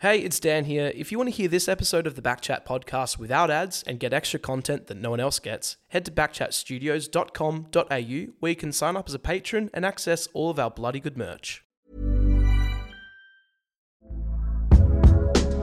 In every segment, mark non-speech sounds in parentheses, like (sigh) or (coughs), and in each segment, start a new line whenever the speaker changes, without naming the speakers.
Hey, it's Dan here. If you want to hear this episode of the Backchat podcast without ads and get extra content that no one else gets, head to backchatstudios.com.au where you can sign up as a patron and access all of our bloody good merch.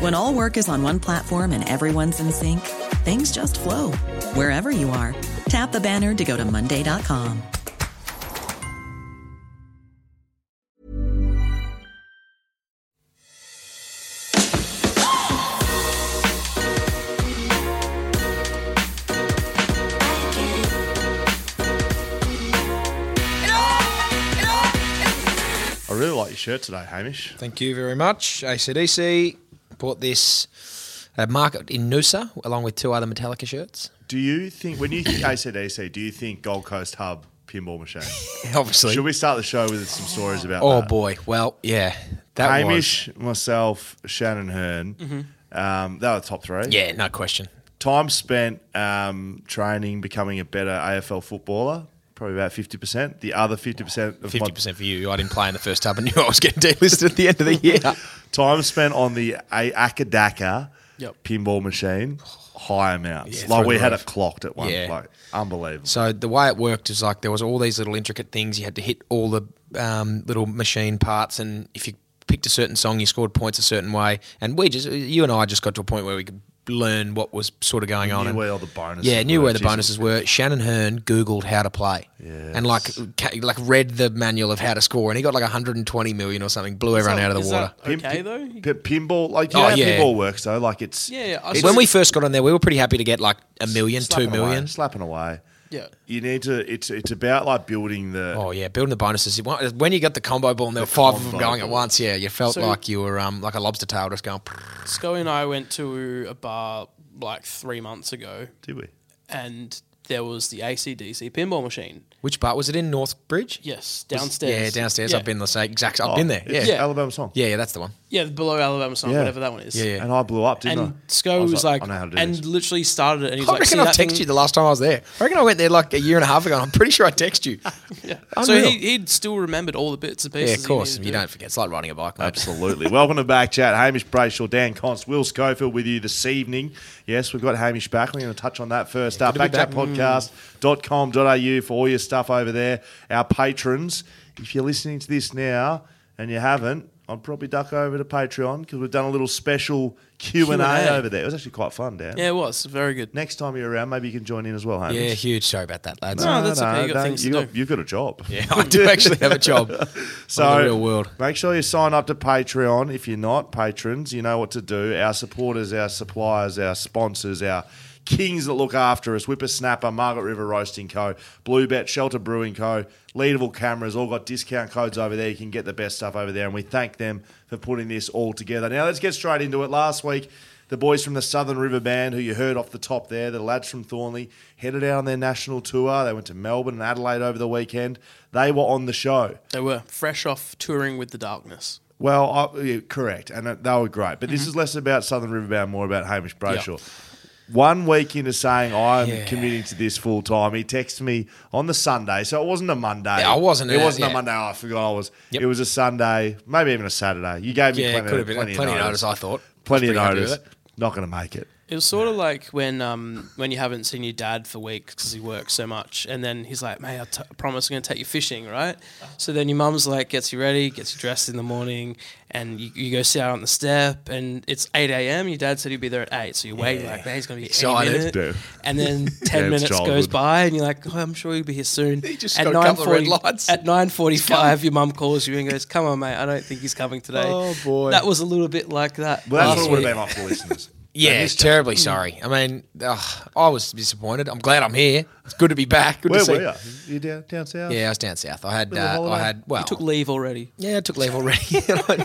When all work is on one platform and everyone's in sync, things just flow wherever you are. Tap the banner to go to Monday.com.
I really like your shirt today, Hamish.
Thank you very much. ACDC bought this at market in Noosa along with two other Metallica shirts.
Do you think, when you think ACDC, do you think Gold Coast Hub Pinball Machine?
Obviously.
Should we start the show with some stories about
oh
that?
boy. Well, yeah. That
Hamish, myself, Shannon Hearn, um, they were the top three.
was Mm-hmm. Yeah, no question.
Time spent um, training, becoming a better AFL footballer, probably about 50%. The other 50% of
Fifty
my
percent for you. I didn't play in the first half and knew I was getting delisted at the end of the year.
(laughs) time spent on the a- Akadaka
Yep.
pinball machine, high amounts.
Yeah,
like
through
we
the
had
roof.
it clocked at one.
Yeah.
Like, unbelievable.
so the way it worked is like there was all these little intricate things. You had to hit all the um, little machine parts and if you picked a certain song you scored points a certain way. And we just you and I just got to a point where we could learn what was sort of going on.
Knew
and-
where all the bonuses
Yeah, knew
were.
where the
Jesus.
bonuses were. Shannon Hearn Googled how to play, and like ca- like read the manual of how to score, and he got like 120 million or something. Blew everyone out of the water.
okay though?
P- pinball, like you
Oh,
know how
yeah.
pinball works though. Like it's
Yeah, yeah, I
it's
when we first got on there, we were pretty happy to get like a million, two
slapping away,
million.
slapping away.
Yeah.
you need to. It's it's about like building the.
Oh yeah, building the bonuses. You want- When you got the combo ball and there were five of them
combo
going at
ball.
once, yeah, you felt
So-
like you were um like a lobster tail just going. "Prrr."
Scully and I went to a bar like three months ago
Did we?
and there was the ACDC pinball machine.
Which part was it in Northbridge?
Yes,
Was-
downstairs.
Yeah, downstairs.
Yeah.
I've been the same exact. I've
Oh,
been there. Yeah.
it's
yeah,
Alabama song.
yeah, that's the one.
Yeah, below Alabama song,
Yeah.
whatever that one is.
Yeah, yeah.
and I blew up, didn't
And
I? I
Sco was like,
I know how to do
and
this.
literally started it, and he's
I
like, "See
reckon I
that
texted
thing?"
you the last time I was there. I reckon I went there like a year and a half ago. and I'm pretty sure I texted you.
So
Unreal.
he, he'd still remembered all the bits and pieces.
Yeah, of
he
course.
needed
You
to do.
don't forget. It's like riding a bike, mate.
Absolutely. Welcome to Back Chat. Hamish Brayshaw, Dan Const, Will Schofield with you this evening. Yes, we've got Hamish back. We're going to touch on that first up.
good to be back.
Backchatpodcast.com.au for all your stuff over there. Our patrons, if you're listening to this now and you haven't, I'd probably duck over to Patreon because we've done a little special Q&A,
Q&A.
over there. It was actually quite fun, Dan.
Yeah, it was very good.
Next time you're around, maybe you can join in as well, Hamish.
Yeah, huge. Sorry about that, lads.
No, that's okay. You got things to
you
do.
You've got a job. (laughs)
Yeah, (laughs) I do actually have a job.
So
In the real world.
Make sure you sign up to Patreon. If you're not patrons, you know what to do. Our supporters, our suppliers, our sponsors, our kings that look after us. Whippersnapper, Margaret River Roasting Co., Blue Bet, Shelter Brewing Co., Leadable Cameras, all got discount codes over there. You can get the best stuff over there. And we thank them for putting this all together. Now let's get straight into it. Last week, the boys from the Southern River Band, who you heard off the top there, the lads from Thornley, headed out on their national tour. They went to Melbourne and Adelaide over the weekend. They were on the show.
They were fresh off touring with the darkness.
Well, I, yeah, correct, and uh, they were great. But
Mm-hmm.
this is less about Southern Riverbound, more about Hamish Brayshaw. One week into saying I'm committing to this full time, he texted me on the Sunday, so it wasn't a Monday.
Yeah, I wasn't
It
out,
wasn't a
yeah.
Monday. I forgot I was.
Yep.
It was a Sunday, maybe even a Saturday. You gave me
Yeah, it
plenty,
could have been
plenty,
plenty of notice,
notice.
I thought. I was
Plenty of
pretty happy with
notice.
it.
Not going to make it.
It was sort of like when um, when you haven't seen your dad for weeks because he works so much, and then he's like, "Mate, I t- I promise I'm going to take you fishing, right?" So then your mum's like, gets you ready, gets you dressed in the morning, and you, you go sit out on the step, and it's eight a.m. Your dad said he'd be there at eight, so you wait, like, "Man, he's going to be
Excited.
excited,"
Yeah. (laughs)
and then ten
it's
minutes goes
childhood.
by, and you're like, "Oh, I'm sure he'll be here soon." He
just got a couple of red lights.
At nine forty-five, your mum calls you and goes, "Come on, mate, I don't think he's coming today."
Oh, boy.
that was a little bit like that.
Well, that's what
last
would
week.
have been like
(laughs)
for listeners.
Yeah,
They
it's
missed it.
terribly sorry. I mean, ugh, I was disappointed. I'm glad I'm here. It's good to be back. Good
Where
to see.
were you? You down, down south?
Yeah, I was down south. I had,
Little
uh, I
holiday.
had. Well,
You took leave already.
yeah, I took
(laughs)
leave already. (laughs)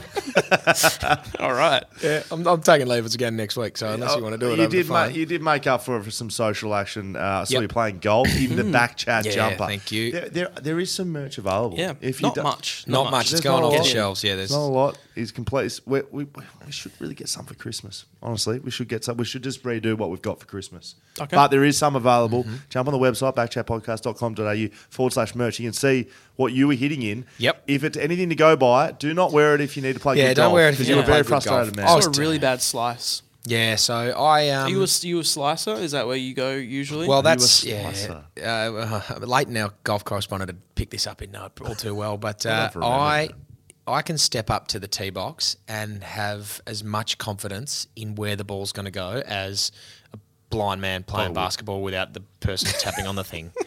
All right.
yeah, I'm, I'm taking leave again next week. So unless you want to do it,
Oh, You
over the
did, ma-
phone.
you did make up for, for some social action. Uh, I saw
Yep. Mm.
you playing golf, even the back chat
Yeah,
jumper.
thank you.
There, there, there is some merch available.
Yeah.
If you
not
don't-
much.
Not much. It's
There's
going
not
off
a
the
lot.
shelves. Yeah, there's.
Not a lot. He's complete. We, we, we should really get some for Christmas. Honestly, we should get some. We should just redo what we've got for Christmas.
Okay.
But there is some available.
Mm-hmm.
Jump on the website, backchatpodcast.com.au forward slash merch. You can see what you were hitting in.
Yep.
If it's anything to go by, do not wear it if you need to play
Yeah,
good
don't
golf,
wear it if
'cause
you
you were
need to play
very
good golf.
frustrated, man.
I
I
was
saw a really bad slice.
Yeah, so I. Um,
Are you a, s- you a slicer? Is that where you go
(laughs)
usually?
Well,
Are you a
that's yeah.
slicer?
Uh, Leighton, our golf correspondent, had picked this up in uh, all too well, but uh,
I've remembered
I I can step up to the tee box and have as much confidence in where the ball's going to go as a blind man playing basketball without the person tapping on the thing. (laughs)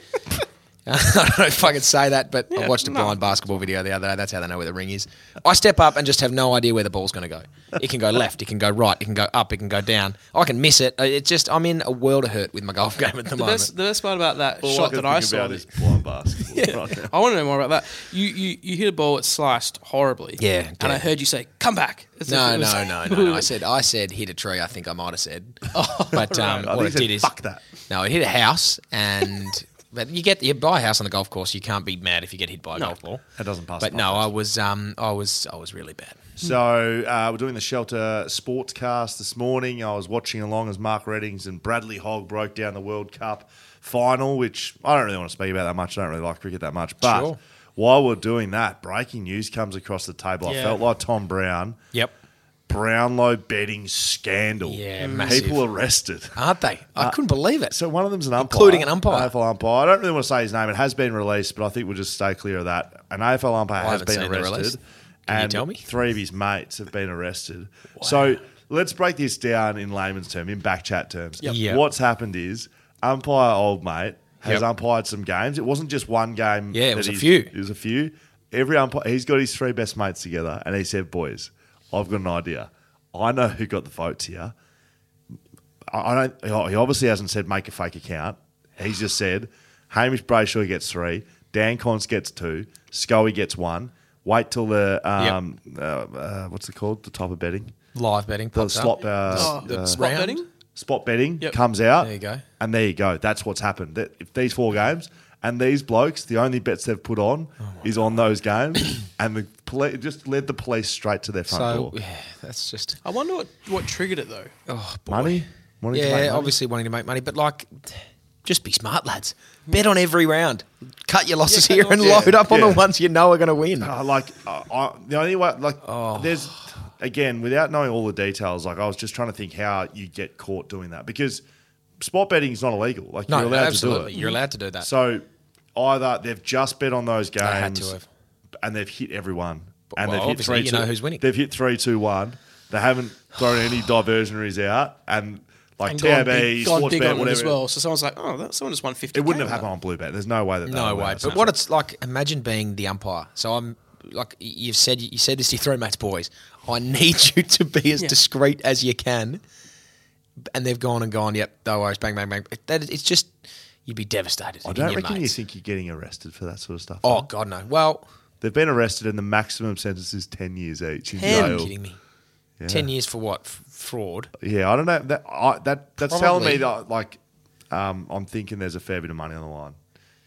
I don't know if I could say that, but I watched a blind basketball video the other day. That's how they know where the ring is. I step up and just have no idea where the ball's going to go. It can go left, it can go right, it can go up, it can go down. I can miss it. It's just I'm in a world of hurt with my golf game at the,
the
moment.
best the best part about that
All
shot
can
that I
think
saw.
about
was-
is blind
(laughs)
basketball. right now.
I want to know more about that. You, you you hit a ball, it sliced horribly.
Yeah,
and
dead.
I heard you say, "Come back." As if
No,
it was-
no, no,
(laughs)
no, no. I said, I said, hit a tree. I think I might have said, but um,
Oh, I
what
think he
it
said,
did is
"Fuck that."
No, it hit a house, and (laughs) but you get you buy a house on the golf course. You can't be mad if you get hit by a golf ball.
That doesn't pass
But
the
no,
podcast.
I was, um, I was, I was really bad.
So uh, we're doing the shelter sportscast this morning. I was watching along as Mark Reddings and Bradley Hogg broke down the World Cup final, which I don't really want to speak about that much. I don't really like cricket that much. But
Sure.
while we're doing that, breaking news comes across the table. I
Yeah.
felt like Tom Brown.
Yep,
Brownlow betting scandal. Mm.
Yeah, massive.
People arrested.
(laughs)
aren't they? I couldn't believe it.
Uh, So one of them's an umpire,
Including an umpire.
AFL umpire. I don't really want to say his name. It has been released, but I think we'll just stay clear of that. An AFL umpire has
haven't
been
seen the release.
arrested,
Can you
and
tell me?
three of his mates have been arrested. So let's break this down in layman's terms, in backchat terms.
Yep.
What's happened is umpire old mate has
Yep.
umpired some games. It wasn't just one game.
Yeah, it
that
was a
he's-
few.
It was a few. Every umpire, he's got his three best mates together, and he said, "Boys, I've got an idea. I know who got the votes here." I I don't. He obviously hasn't said make a fake account. He's just said Hamish Brayshaw gets three, Dan Conce gets two, Scully gets one. Wait till the um, uh, uh, what's it called? The type of betting,
Live betting,
the
pops
slot, uh,
Oh,
the
uh,
spot-
spot
round?
betting.
spot betting
Yep.
comes out.
There you go.
and there you go. That's what's happened. That if these four games and these blokes, the only bets they've put on
Oh
is on those games, and the poli- just led the police straight to their
up.
front
So
door.
yeah, that's just
(laughs)
Oh,
I wonder what, what triggered it though.
oh boy.
Money, Wanting to
yeah,
make money?
obviously wanting to make money, but like, just be smart, lads. Bet on every round. Cut your losses
cut
here
your
and
losses.
load up on the
Yeah.
ones you know are going to win.
Uh, like uh, I, the only way, like
Oh.
there's again without knowing all the details. Like I was just trying to think how you get caught doing that because spot betting is not illegal. Like
No,
you're allowed
absolutely.
to do it.
You're allowed to do that.
So either they've just bet on those games,
had to have.
and they've hit everyone, and
well,
they've hit
obviously,
three.
you
two-
know who's winning.
They've hit three, two, one. They haven't thrown
(sighs)
any diversionaries out, and like
And
TAB,
gone big, gone
sports
big
bet,
on it
whatever.
as well. So someone's like, "Oh, that, someone just won fifty.
It wouldn't have happened on blue bet. There's no way that.
No way. But what it's like, imagine being the umpire. So I'm like, y- you've said, you said this to your three mates, boys. I (laughs) need you to be as discreet as you can. And they've gone and gone. Yep, no worries. Bang, bang, bang. It- That, it's just you'd be devastated.
I
in
don't
your
reckon you
mates.
think you're getting arrested for that sort of stuff.
Oh God, no. Well,
They've been arrested, and the maximum sentence is ten years each in
are you
jail.
kidding me? Ten years for what? F- fraud.
Yeah, I don't know. That I, that that's telling me
Probably.
that like um, I'm thinking there's a fair bit of money on the line.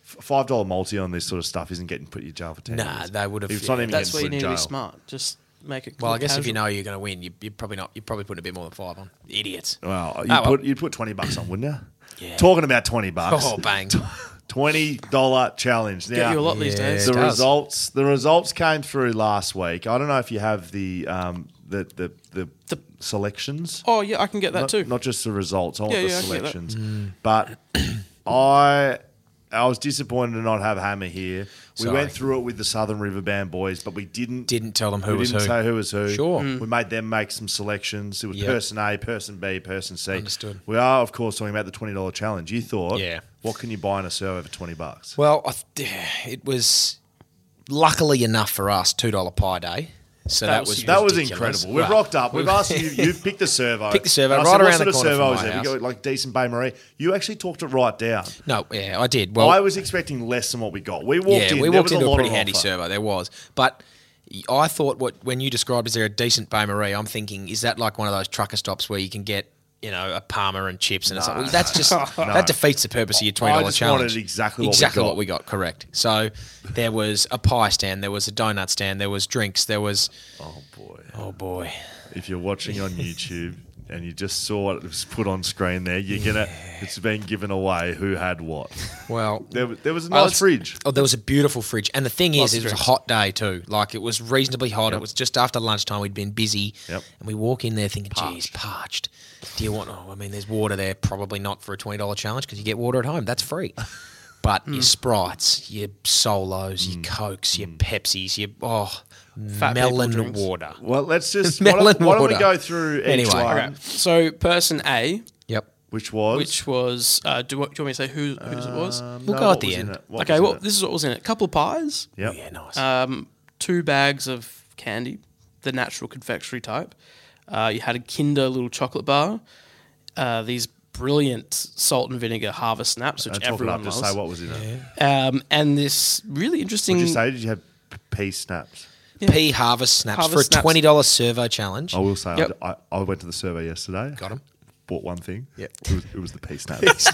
F- Five dollar multi on this sort of stuff isn't getting put in jail for ten.
Nah,
years.
they would have-
It's not even
That's
getting
where you
put
need
in
to
jail.
be smart. Just make it.
Well, I
cool,
guess if you
casual.
know you're going to win, you, you're probably not. You're probably putting a bit more than five on. Idiots.
Well, you
well.
put you'd put twenty bucks on, wouldn't you?
Yeah.
Talking about twenty bucks.
Oh (laughs) bang.
Twenty dollar challenge. Now,
get you a lot these
Yeah.
days.
the
it does.
results the results came through last week. I don't know if you have the um the the the,
The
selections.
Oh yeah, I can get that
not,
too.
Not just the results. I want
Yeah,
the
yeah, I get that.
selections.
Mm.
But I I was disappointed to not have Hammer here. We
Sorry.
went through it with the Southern River Band boys, but we didn't
Didn't tell them who
we
was
didn't
who.
say who was who.
Sure. Mm.
We made them make some selections. It was
Yep.
person A, person B, person C.
Understood.
We are of course talking about the twenty dollar challenge. You thought
Yeah.
what can you buy in a servo for twenty bucks?
Well, I th- it was luckily enough for us two dollar pie day. So that,
was
was
huge.
That was
ridiculous.
incredible. We've
Right.
rocked up. We've asked you. You've picked the servo.
(laughs) Picked the servo
And I
right
said,
around the
What sort
corner
of
from
servo
my
is there? We
house.
go like decent Bay Marie. You actually talked it right down.
No, yeah, I did. Well,
I was expecting less than what we got. We walked
yeah,
in.
we
there was
walked into
a,
a,
lot
pretty
on
handy
offer.
servo. There was, but I thought what when you described as there a decent Bay Marie, I'm thinking is that like one of those trucker stops where you can get you know a Palmer and chips and stuff. That's
(laughs)
just that defeats the purpose of your twenty
I
dollar
just
challenge.
wanted exactly what we
exactly
got.
what we got. Correct. So there was a pie stand, there was a donut stand, there was drinks, there was
Oh boy!
oh boy,
If you're watching on
(laughs)
YouTube and you just saw what was put on screen there, you're gonna. It's been given away who had what.
well
There, was- there was a
Oh,
nice
it's-
fridge.
Oh, there was a beautiful fridge, and the thing
Lots
is, it
of
was a
drinks.
hot day too. Like it was reasonably hot. It was just after lunchtime. We'd been busy,
Yep.
and we walk in there thinking, "Geez, parched." Do you want? Oh, I mean, there's water there. Probably not for a twenty dollar challenge because you get water at home. That's
(laughs)
free. But
Hmm.
your sprites, your solos, your cokes, your Pepsis, your oh,
Fat people
melon
drinks.
water.
Well,
(laughs)
let's just. Why
Melon
don't, why don't we
water.
go through each
Anyway.
one,
Okay.
So person A,
Yep.
which was
which was uh, do, what, do you want me to say who whose it was?
We'll
no,
go
what
at the
was in
end.
it? What
okay,
was in
well
it?
this is what was in it: couple pies,
Yep.
Yeah, nice.
um, two bags of candy, the natural confectionery type. Uh, you had a Kinder little chocolate bar. Uh, these brilliant salt and vinegar harvest snaps, which
And talk it
everyone
up.
loves.
Just say what was in it.
Um, and this really interesting.
Did you say? Did you have p- pea snaps?
Pea harvest snaps
Harvest
for a
snaps. Oh,
twenty dollar servo challenge.
I will say, I
Yep.
I, I went to the survey yesterday. Got
'em.
Bought one thing.
Yep.
It was, it was the
(laughs)
pea snaps.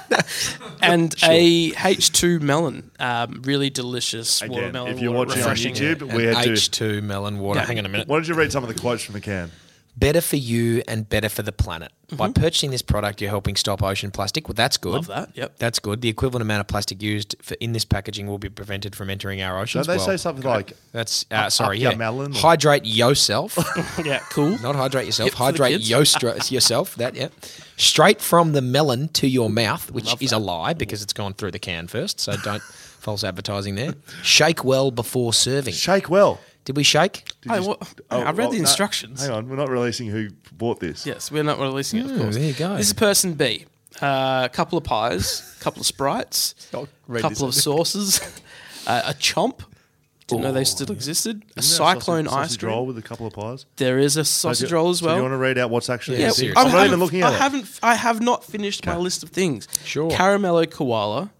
and a H2 melon, um, really delicious
Again,
watermelon.
if you're
water,
watching on
refreshing.
YouTube,
An
we had to-
H two melon water. Hang on a minute.
Why don't you read some of the quotes from the can?
better for you and better for the planet. By purchasing this product, you're helping stop ocean plastic. Well, that's good.
Mm-hmm. Love that, yep.
That's good. The equivalent amount of plastic used for in this packaging will be prevented from entering our
Don't
oceans.
they
Well,
say something like
That's uh, sorry.
your
Yeah.
melon or- (laughs)
Hydrate yourself.
yeah, cool.
Not hydrate yourself.
Hip for the
hydrate
kids.
yostra- yourself. That yeah. Straight from the melon to your mouth, which is a lie because it's gone through the can first. So don't (laughs) false advertising there. Shake well before serving.
"Shake well"?
Did we shake?
Hey, what- I read
well, oh, no,
the instructions.
hang on, we're not releasing who bought this.
Yes, we're not releasing it, of
Oh,
course.
there you go.
This is person B. Uh, A couple of pies, a couple of sprites, a
I'll read
couple of
this. (laughs)
sauces, uh, a chomp. Didn't know they still existed. A cyclone
sausage,
ice
sausage
cream.
roll with a couple of pies.
There is a sausage roll as
So do you
well.
want to read out what's actually? in
Yeah,
Yeah,
it?
seriously.
I'm,
I'm-
not even looking at
I
it.
haven't. I have not finished my list of things.
Sure.
Caramello koala,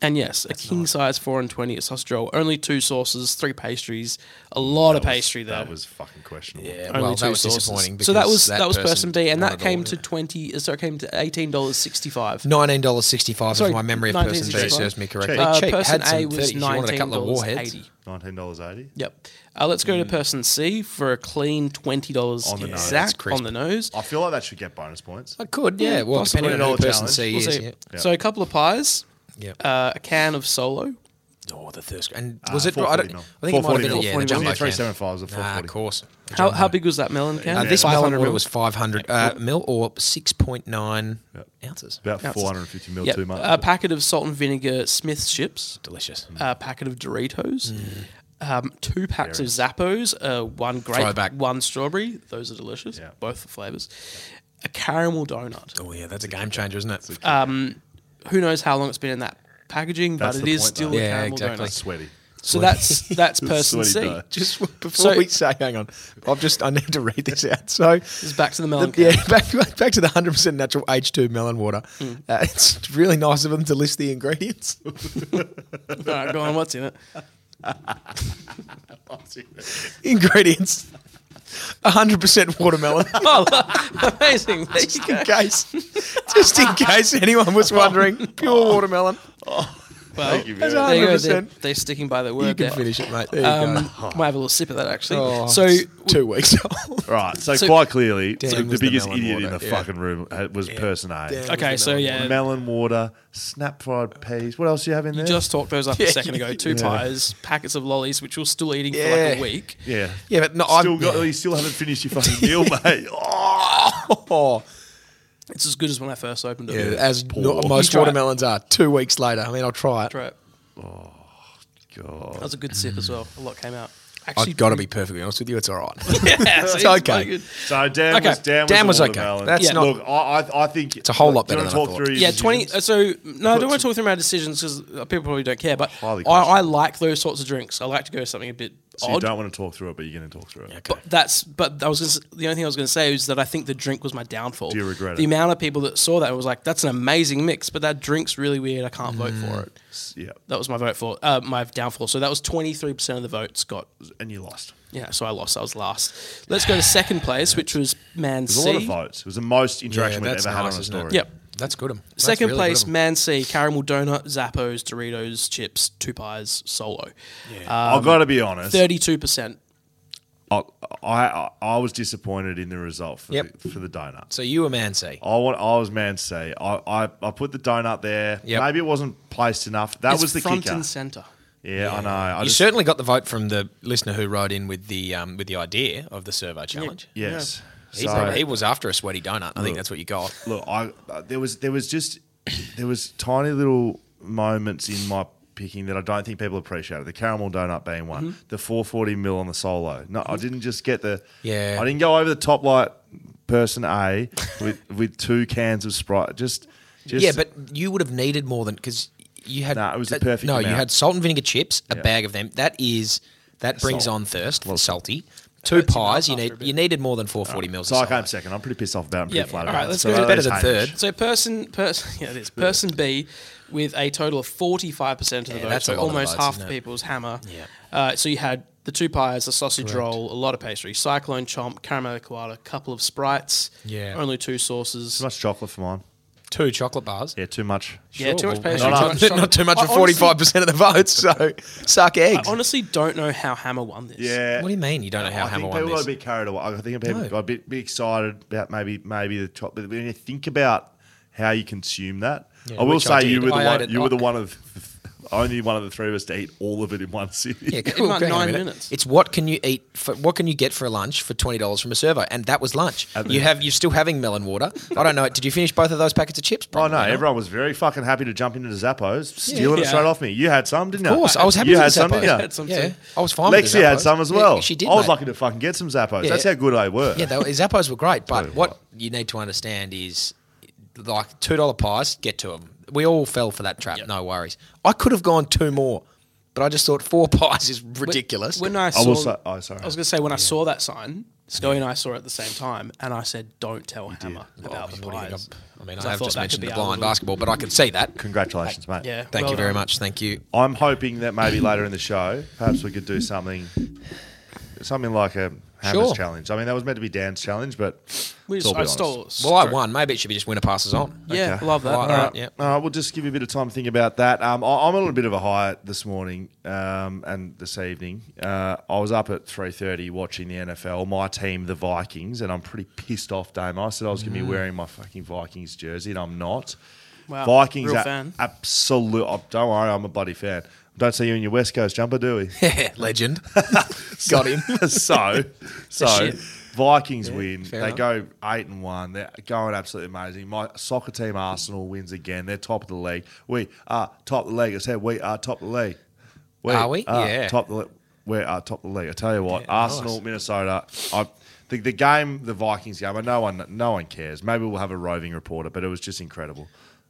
and yes, a king size four and twenty at sausage roll. Only two sauces, three pastries, a lot of pastry there.
That was fucking questionable.
Yeah,
only
well,
two
that was
sauces.
disappointing.
So that
because
was that, was person B, and that
wanted all
came
of
to
it.
twenty. So it came to eighteen dollars sixty five.
Nineteen dollars sixty-five,
Sorry,
if my memory of person B
19.65.
serves me correctly.
Uh,
Cheap.
person
Had some
A was
30. She wanted a
nineteen
couple of
dollars
warheads. Hmm.
eighty.
Nineteen dollars eighty.
Yep. Uh, let's go to person C for a clean twenty dollars
On the nose.
That's
exact
crisp. Oh,
on the nose.
I feel like that should get bonus points.
I could, yeah. well,
possibly.
depending on who
$20
person C
We'll
is.
see.
Yeah.
So a couple of pies,
Yep.
uh, a can of Solo,
oh, the thirst. And was it? I,
I
don't, I think it might have been yeah, the jumbo
Three
can.
seven fives or four
Ah,
forty.
of course.
How, how big was that melon can?
Uh, this
Five
melon
hundred
water
mil?
was five hundred uh, mil or six point nine ounces.
About
Ounces.
four hundred and fifty mil
Yep.
too much.
uh,
A packet of salt and vinegar Smith's chips,
Delicious.
a packet of Doritos,
Mm.
um, two packs of Zappos, uh, one grape,
Throwback.
one strawberry. Those are delicious,
Yeah.
both the flavors. A caramel donut. Um,
Oh yeah, that's a (laughs) game changer, isn't it?
Who knows how long it's been in that packaging,
That's
but it
the
is
point,
still
though.
a
Yeah,
caramel
exactly.
donut.
Sweaty. (laughs)
So that's that's person
Sweaty
C.
dough.
just before
So-
we say, hang on, I've just I need to read this out. So
is back to the
(laughs)
melon
yeah, (laughs) back, back to the hundred percent natural H two melon water. Uh, it's really nice of them to list the ingredients. (laughs)
All right, go on. What's in it?
Oh,
ingredients: hundred percent watermelon.
Oh, (laughs)
(laughs)
amazing! There you
just in
go.
case, just in case anyone was wondering, pure watermelon.
Well,
you very
much.
there you go.
100%.
They're, they're sticking by their word.
You can
there.
finish it, mate. There you
Um,
go.
might have a little sip of that actually.
Oh,
so
it's two weeks (laughs) old.
Right, so,
So-
quite clearly,
Dan
so the
was the
biggest
melon
idiot in
water,
the
yeah.
fucking room uh, was person A.
Dan.
okay, so yeah,
Melon water, snap fried peas. What else do you have in
you
there?
just talked those
(laughs)
up
Yeah,
a second ago. Two pies, packets of lollies, which you're still eating for like
Yeah.
a week.
yeah,
Yeah, but no,
Still
I've-
got,
yeah.
You still haven't finished your fucking meal, mate. Oh,
(laughs) Oh,
It's as good as when I first opened it.
yeah, as no-
You
most
try it.
watermelons are. Two weeks later. I mean, I'll try it.
Try it.
God.
That was a good sip as well. A lot came out.
I've got to be perfectly honest with you. It's all right.
(laughs)
(laughs)
Yeah, so
It's
it's
okay.
okay. Good.
So Dan
Okay,
was Dan,
Dan
was,
was
a
okay.
watermelon.
That's
Yeah. not-
Look, I, I I think it's
a whole lot better
to
than I
talk
thought.
through. your
Yeah, twenty.
decisions?
uh, So no, I don't want to talk through my decisions because people probably don't care. But I,
Highly questionable.
I like those sorts of drinks. I like to go with something a bit
uh,
So you
odd.
don't want to talk through it, but you're going to talk through it.
But that's but I was gonna, s- the only thing I was going to say is that I think the drink was my downfall.
Do you regret
the
it?
amount of people that saw that was like that's an amazing mix, but that drink's really weird. I can't vote for it.
Yeah,
That was my vote for uh, my downfall. So that was twenty three percent of the votes got.
and you lost.
Yeah, so I lost. I was last.
(sighs)
Let's go to second place, which was Man
It was a lot of
C.
votes. It was the most
Yeah,
interaction
that's
we've ever had
nice,
on a
isn't it?
story.
Yep.
That's good. 'em. That's
Second
really
place,
good 'em.
Man C, caramel donut, Zappos, Doritos, chips, two pies, solo.
Um,
I've got to be honest.
Thirty-two percent.
I, I I was disappointed in the result for
Yep.
the, for the donut.
So you were Man C.
I want. I was man say. I, I, I put the donut there.
Yep.
Maybe it wasn't placed enough. That was the
front
kicker.
and center.
Yeah, I know. I
you
just,
certainly got the vote from the listener who wrote in with the um, with the idea of the survey challenge.
yes.
He, probably- he was after a sweaty donut. I think that's what you got.
look, I uh, there was there was just (coughs) there was tiny little moments in my picking that I don't think people appreciated. The caramel donut being one,
Mm-hmm.
the 440 mil on the solo. No, I didn't just get the
Yeah.
I didn't go over the top like person A (laughs) with with two cans of Sprite. Just just
yeah, but you would have needed more than because you had.
Nah, it was the
uh,
perfect
No, you
amount.
had salt and vinegar chips, a bag of them. That is that brings
Salt.
on thirst.
Well,
salty. Two pies. You
after a
need
bit.
you needed more than four forty mils.
so
of
I came
cider.
second. I'm pretty pissed off about it. I'm
Yeah,
pretty flat
all
about
right,
it.
let's
So
go to
at
better
least
than
Hamish.
third.
So person, person, (laughs) yeah, it is person B, with a total of forty-five percent of the
Yeah,
vote,
that's a
so
lot of
almost
votes,
half
isn't
the
it?
people's hammer.
Yeah.
Uh, so you had the two pies, the sausage roll, a lot of pastry, cyclone chomp, caramel colada, couple of sprites.
Yeah.
Only two sauces.
Too much chocolate for mine.
Two chocolate bars.
Yeah, too much.
yeah, too
Sure,
much
well,
pastry.
not-
too
Not, (laughs)
much
not,
chocolate.
too much
I
for forty
honestly-
five percent of the votes. (laughs) So suck eggs.
I honestly don't know how Hammer won this.
Yeah.
what do you mean you don't know how
I
Hammer
think
won
people got
this?
a bit carried away. I think people
No.
got a bit, bit excited about maybe maybe the top. But when you think about how you consume that, I will
which I
say you
did.
were the
I
one.
ate it-
You were the
I-
one of only one of the three of us to eat all of it in one sitting. (laughs)
Yeah,
In about
hang on a
nine
minute.
minutes.
It's what can you eat? For, what can you get for a lunch for twenty dollars from a servo? And that was lunch. You have you're still having melon water. I don't know. Did you finish both of those packets of chips?
Oh no!
Probably not.
Everyone was very fucking happy to jump into the Zappos, stealing it
Yeah.
straight off me. You had some, didn't you?
Of course, I was happy.
You
with
had
the
some,
Zappos.
didn't you?
had some
yeah,
too.
I was fine. with the
Lexi had
Zappos.
some as
Yeah,
well.
she did.
I was
mate.
lucky to fucking get some Zappos.
Yeah.
That's how good they were.
Yeah, they were, Zappos were great, but what you need to understand is, like two dollar pies, get to them. We all fell for that trap. No worries. I could have gone two more, but I just thought four (laughs) pies is ridiculous.
When I
I
saw,
will say. Oh, sorry.
I was going to say when I saw that sign, Scully and I saw it at the same time, and I said, "Don't tell Hammer
Oh,
about the
What do you think
pies."
I'm- I mean,
'Cause
I have
thought
just
that could
mentioned
be
the
our
blind
little-
basketball, but I can see that.
Congratulations, mate.
Yeah,
Thank
well
you very
done.
much. Thank you.
I'm hoping that maybe later in the show, perhaps we could do something, something like a Hammers
Sure.
challenge. I mean, that was meant to be Dan's challenge, but
We
it's
just,
all
I
be
stole.
Well, I won. Maybe it should be just winner passes on. (laughs)
Yeah,
Okay.
love that.
All
All
right,
right.
yeah.
Uh, we'll just give you a bit of time to think about that. Um, I, I'm a little bit of a high this morning um, and this evening. Uh, I was up at 3.30 watching the NFL, my team, the Vikings, and I'm pretty pissed off, Dame. I said I was going to be wearing my fucking Vikings jersey, and I'm not.
Mm. Wow,
Vikings
real
are
fan.
absolute. oh, don't worry, I'm a bloody fan. Don't see you in your West Coast jumper, do we?
Legend. Got him.
(laughs) so, so
shit.
Vikings win. They
fair enough.
go eight and one. They're going absolutely amazing. My soccer team Arsenal wins again. They're top of the league. We are top of the league. I said we are top of the league. We
Are we? Yeah.
Top of the. le- We are top of the league. I tell you what,
Yeah, nice.
Arsenal, Minnesota. I the, the game, the Vikings game. I no one, no one cares. Maybe we'll have a roving reporter, but it was just incredible.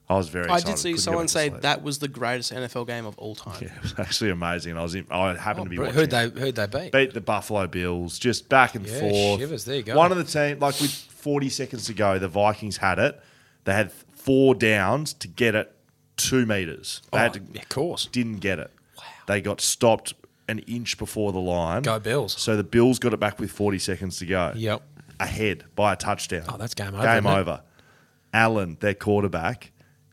I was very.
I
excited.
did see
Couldn't go
someone
back to
say
sleep.
that was the greatest NFL game of all time.
Yeah, it was actually amazing. And I was, in, I happened to be watching.
Oh, Who'd
it
they, who'd they beat?
beat the Buffalo Bills, just back and
Yeah,
forth.
shivers, there you go.
One of the team, like with 40 seconds to go, the Vikings had it. They had four downs to get it two meters. They had to,
Oh, yeah, of course.
didn't get it. Wow. They got stopped an inch before the line.
Go Bills.
So the Bills got it back with 40 seconds to go.
Yep.
Ahead by a touchdown.
Oh, that's game over,
Game
isn't it?
over. Allen, their quarterback,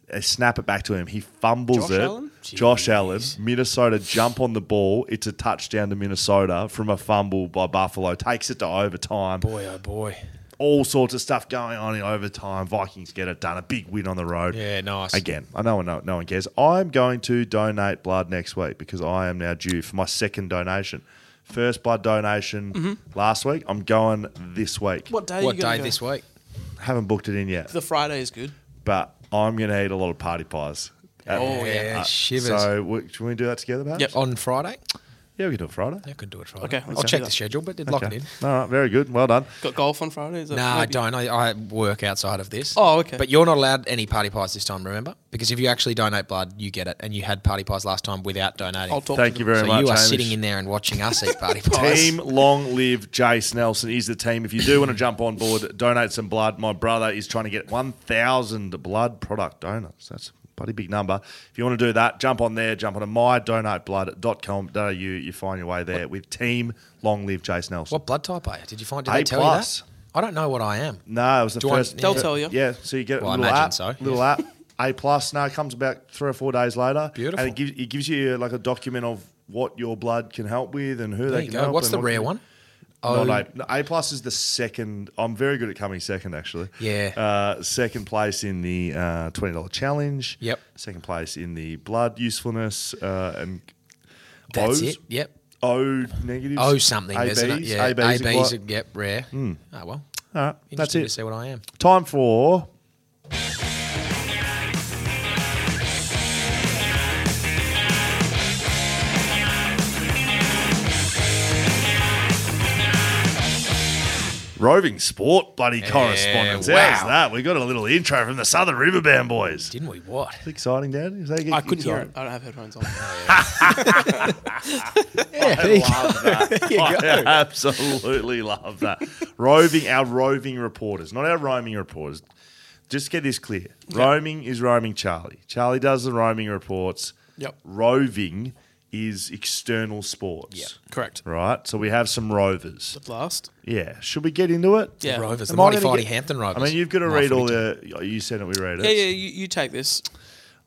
they snap it back to him. He fumbles
Josh
it.
Allen?
Josh Allen, Minnesota jump on the ball. It's a touchdown to Minnesota from a fumble by Buffalo. Takes it to overtime.
Boy, oh boy.
All sorts of stuff going on in overtime. Vikings get it done. A big win on the road.
Yeah, nice.
Again, I know no, no one cares. I'm going to donate blood next week because I am now due for my second donation. First blood donation last week. I'm going this week.
Mm-hmm. What day?
what
you gonna
day
go?
this week?
Haven't booked it in yet,
The Friday is good.
but I'm going to eat a lot of party pies.
Oh, yeah.
yeah
Uh,
shivers.
So, we, can we do that together, perhaps?
Yep.
on Friday?
Yeah, we can do it Friday.
Yeah, I could do it Friday.
Okay,
I'll
let's do
check
that.
the schedule, but lock
Okay.
it in.
All right, very good. Well done.
Got golf on Friday? Is that
No, I
maybe-
don't. I, I work outside of this.
Oh, okay.
But you're not allowed any party pies this time, remember? Because if you actually donate blood, you get it. And you had party pies last time without donating.
I'll talk
Thank
to
you
them.
very
so
much.
you are
Hamish.
sitting in there and watching us eat party
(laughs)
pies.
Team Long Live Jace Nelson is the team. If you do (laughs) want to jump on board, donate some blood. My brother is trying to get 1,000 blood product donors. That's a bloody big number. If you want to do that, jump on there. Jump on to mydonateblood.com.au. You find your way there with Team Long Live Jace Nelson.
What blood type are you? Did you find? Did
A
they tell
plus.
you that? I don't know what I am.
No, it was the
Do I-
first.
They'll tell you.
Yeah, so you get
Well, I
a little
imagine
app,
so,
little app, A plus. No, it comes about three or four days later.
Beautiful.
and it gives it gives you uh, like a document of what your blood can help with and who
There
they
you
can
go.
help.
What's
and
the
what
rare
can-
one? Oh, Um,
Not A. No, a plus is the second. I'm very good at coming second, actually.
Yeah.
Uh, second place in the uh, twenty dollar challenge.
Yep.
Second place in the blood usefulness uh, and
That's
O's.
it. Yep.
O negative.
Oh, something.
ABs.
isn't it? Yeah.
ABs.
ABs. are- yep. Rare. Oh well.
All right, Hmm. that's
Interesting
it.
To see what I am.
Time for. Roving sport, bloody correspondence. How's
wow.
that? We got a little intro from the Southern Riverband boys.
Didn't we?
(laughs)
What?
Exciting, Dad. Is that
I couldn't hear it. I don't have headphones on.
love
(laughs)
that. I absolutely love that. Roving, our roving reporters, not our roaming reporters. Just get this clear. Roaming is roaming Charlie. Charlie does the roaming reports.
Yep.
Roving is external sports.
Correct.
Right? So we have some rovers.
Blast.
Yeah. Should we get into it?
Yeah.
Rovers. The
Am I
Mighty
gonna
Fighty
get-
Hampton
I
Rovers.
mean, you've got to
My
read all
footy team.
the. oh, You said it, we read it.
Yeah, yeah, you, you take this.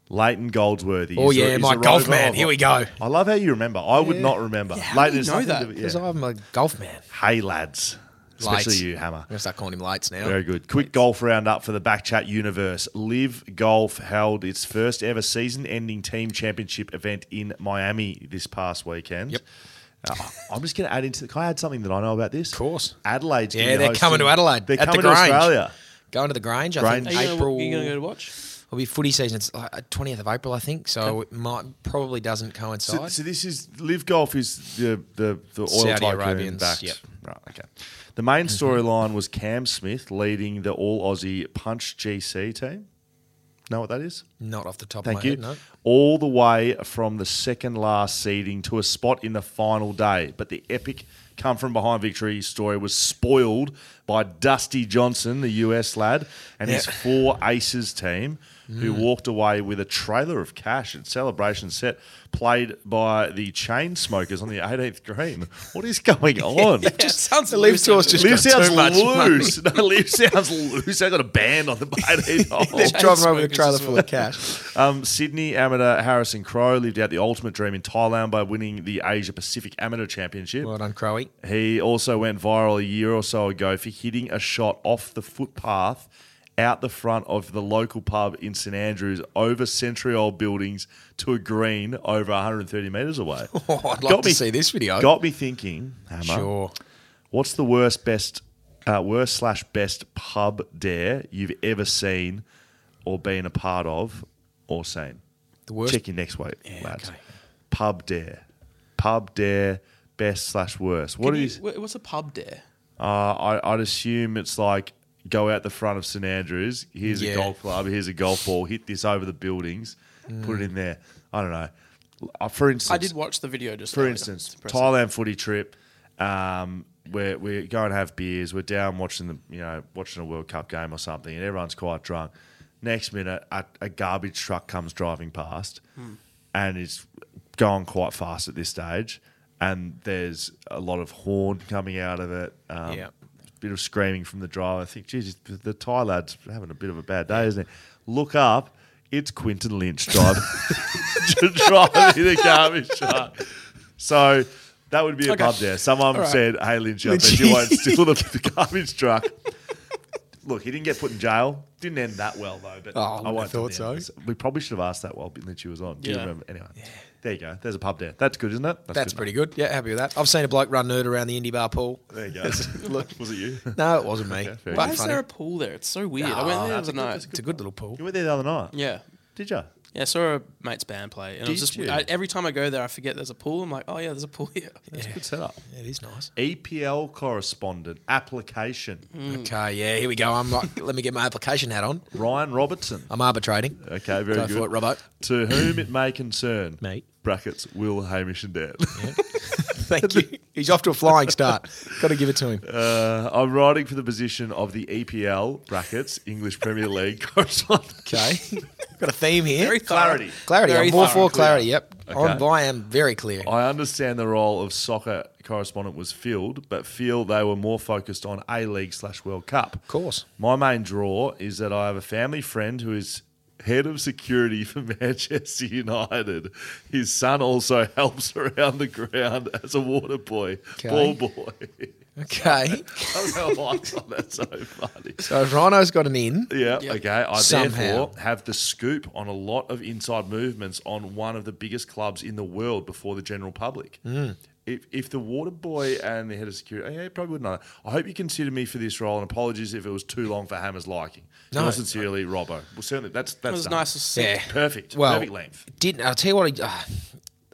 Leighton Goldsworthy.
Oh,
is a-
yeah,
is a
my
rover
golf man.
of-
Here we go.
I love how you remember. I would not remember.
how do you
is
know
nothing
that?
to-
(laughs) Because
yeah.
I'm a golf man.
Hey, lads. Especially
Lights.
you, Hammer.
I'm gonna start calling him lights now.
Very good. Quick golf roundup for the Backchat universe. Live Golf held its first ever season ending team championship event in Miami this past weekend.
Yep.
Uh, I'm just going to add into the. Can I add something that I know about this? Of
course.
Adelaide's gonna
Yeah,
be
they're
hosting-
coming to Adelaide.
They're
at
coming
the Grange.
to Australia.
Going to the Grange. I
Are
Grange.
think
you
April.
going to go to watch?
It'll be footy season. It's uh, twentieth of April, I think. So it might probably doesn't coincide.
So, so this is Live Golf is the the, the oil
Saudi
tycoon
Arabians,
backed.
yep.
Right. Okay. The main storyline was Cam Smith leading the All Aussie Punch GC team. Know what that is?
Not off the top
Thank
of my
you.
head. No. (laughs)
All the way from the second last seeding to a spot in the final day. But the epic come from behind victory story was spoiled by Dusty Johnson, the US lad, and his four aces team,
Mm.
who walked away with a trailer of cash at celebration set played by the chain smokers on the 18th green. What is
(laughs)
going on?
sounds
just
Liv sounds
much
(laughs)
loose. (laughs) No, Liv sounds loose. They got a band
(laughs)
on the 18th hole.
Driving around with a
smokers
trailer
as
full of cash.
Um, Sydney amateur Harrison Crow lived out the ultimate dream in Thailand by winning the Asia Pacific Amateur Championship.
Well done, Crowy.
He also went viral a year or so ago for hitting a shot off the footpath out the front of the local pub in St Andrews over century old buildings to a green over 130 metres away.
(laughs) Oh, (laughs) I'd like to see this video.
Got me thinking, Hammer,
Sure.
what's the worst, best, uh, worst slash best pub dare you've ever seen or been a part of or seen?
The worst.
Check you next week, lads.
okay.
Pub dare, pub dare, best slash worst. What
What
is?
what's a pub dare?
Uh, I, I'd assume it's like go out the front of St Andrews. Here's a
Yeah.
golf club. Here's a golf ball. Hit this over the buildings. Put
Mm.
it in there. I don't know. Uh, For instance,
I did watch the video just
for
earlier.
instance,
It's impressive.
Thailand footy trip. Um, we're we go and have beers. We're down watching the you know watching a World Cup game or something, and everyone's quite drunk. Next minute, a, a garbage truck comes driving past,
Hmm.
and it's going quite fast at this stage. And there's a lot of horn coming out of it. Um,
Yeah.
Bit of screaming from the driver. I think, geez, the Thai lad's having a bit of a bad day, isn't it? Look up. It's Quinton Lynch driving, (laughs) driving the garbage truck. So that would be a
Okay.
pub there. Someone
right.
said, "Hey Lynch, I bet
Lynch.
you won't steal the, the garbage truck." Look, he didn't get put in jail. Didn't end that well though. But
Oh, I
I
wouldn't
won't
have thought
tell you.
so.
We probably should have asked that while Lynch was on. Do you
Yeah.
remember? Anyway, there you go. There's a pub there. That's good, isn't it?
That's
good.
pretty good. Yeah, happy with that. I've seen a bloke run nude around the indie bar pool.
There you go.
(laughs) Look.
(laughs) was it you?
No, it wasn't me.
fair
But
Why is
funny.
there a pool there? It's so weird. I went there the other night.
It's a good little pool.
You were there the other night.
Yeah.
Did you?
Yeah, I saw a mate's band play, and it was
Did
just
you?
I, every time I go there, I forget there's a pool. I'm like, oh yeah, there's a pool here.
That's a good setup.
It is nice.
EPL correspondent application.
Okay, yeah, here we go. I'm like, let me get my application hat on.
Ryan Robertson.
I'm arbitrating.
Okay, very
Oh. Go
good.
for it, Robbo.
To whom it may concern.
Mate.
Brackets, Will, Hamish and Dad.
(laughs) Thank you. He's off to a flying start. Got to give it to him.
Uh, I'm writing for the position of the EPL, brackets, English Premier League (laughs) correspondent.
Okay. Got a theme here.
Very thorough.
Clarity.
clarity.
very
I'm all
thorough
for
and clear.
clarity. Yep.
Okay. Oh.
On, I am very clear.
I understand the role of soccer correspondent was filled, but feel they were more focused on A League slash World Cup. Of
course.
My main draw is that I have a family friend who is head of security (laughs) for Manchester United. His son also (laughs) helps around the ground as a water boy,
Okay.
ball boy. (laughs)
Okay. (laughs)
I don't know why I thought that's so funny.
So Rhino's got an in.
Yeah, okay. I
Somehow.
therefore have the scoop on a lot of inside movements on one of the biggest clubs in the world before the general public.
Mm.
If, if the water boy and the head of security, oh, yeah, he probably wouldn't know. that. I hope you consider me for this role, and apologies if it was too long for Hammer's liking.
No.
Yours sincerely, Robbo. Well, certainly that's
It
that's
was
done.
nice to see.
Yeah.
perfect, perfect length.
Didn't I'll tell you what? he- ah,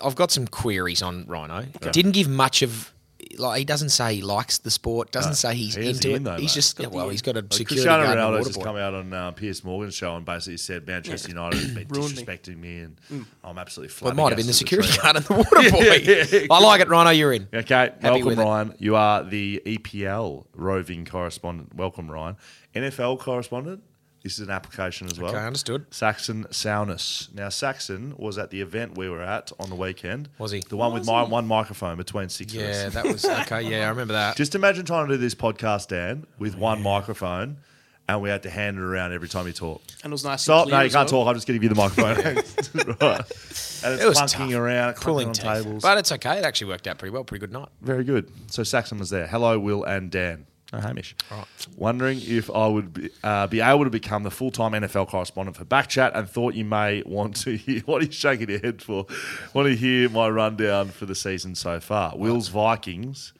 I've got some queries on Rhino. Didn't give much of. Like he doesn't say he likes the sport. Doesn't say he's
he is
into
the
it.
in though,
he's
mate.
just yeah, well, he's got a security
Uh, Cristiano
guard and a
Ronaldo's
water
just
boy.
come out on uh, Piers Morgan's show and basically said Manchester United has been
Ruined me.
disrespecting me, and I'm absolutely.
Well, it Mm. might have been the
flabbergasted
security
at
guard and the water boy.
(laughs) Yeah, yeah, yeah.
I like it, Rhino. You're in.
Okay,
with
welcome
it.
Ryan. You are the EPL roving correspondent. Welcome Ryan. NFL correspondent. This is an application as well.
Okay, understood.
Saxon Souness. Now Saxon was at the event we were at on the weekend.
Was he?
The one with my one microphone between six of us.
Yeah, that
(laughs)
was okay. Yeah, I remember that.
Just imagine trying to do this podcast, Dan, with
Oh,
one microphone and we had to hand it around every time you talk.
And it was nice.
Stop,
and
no,
clear
you
as
can't
well.
talk. I'm just going to give you the
(laughs)
microphone. (laughs) right. And it's
it was
clunking
tough.
around, clunking
pulling
on
teeth.
tables.
but it's okay. It actually worked out pretty well. Pretty good night.
Very good. So Saxon was there. Hello, Will and Dan. No, Hamish.
Right.
Wondering if I would be, uh, be able to become the full time NFL correspondent for Backchat and thought you may want to (laughs) hear what are you shaking your head for? Want to hear my rundown for the season so far. Will's Vikings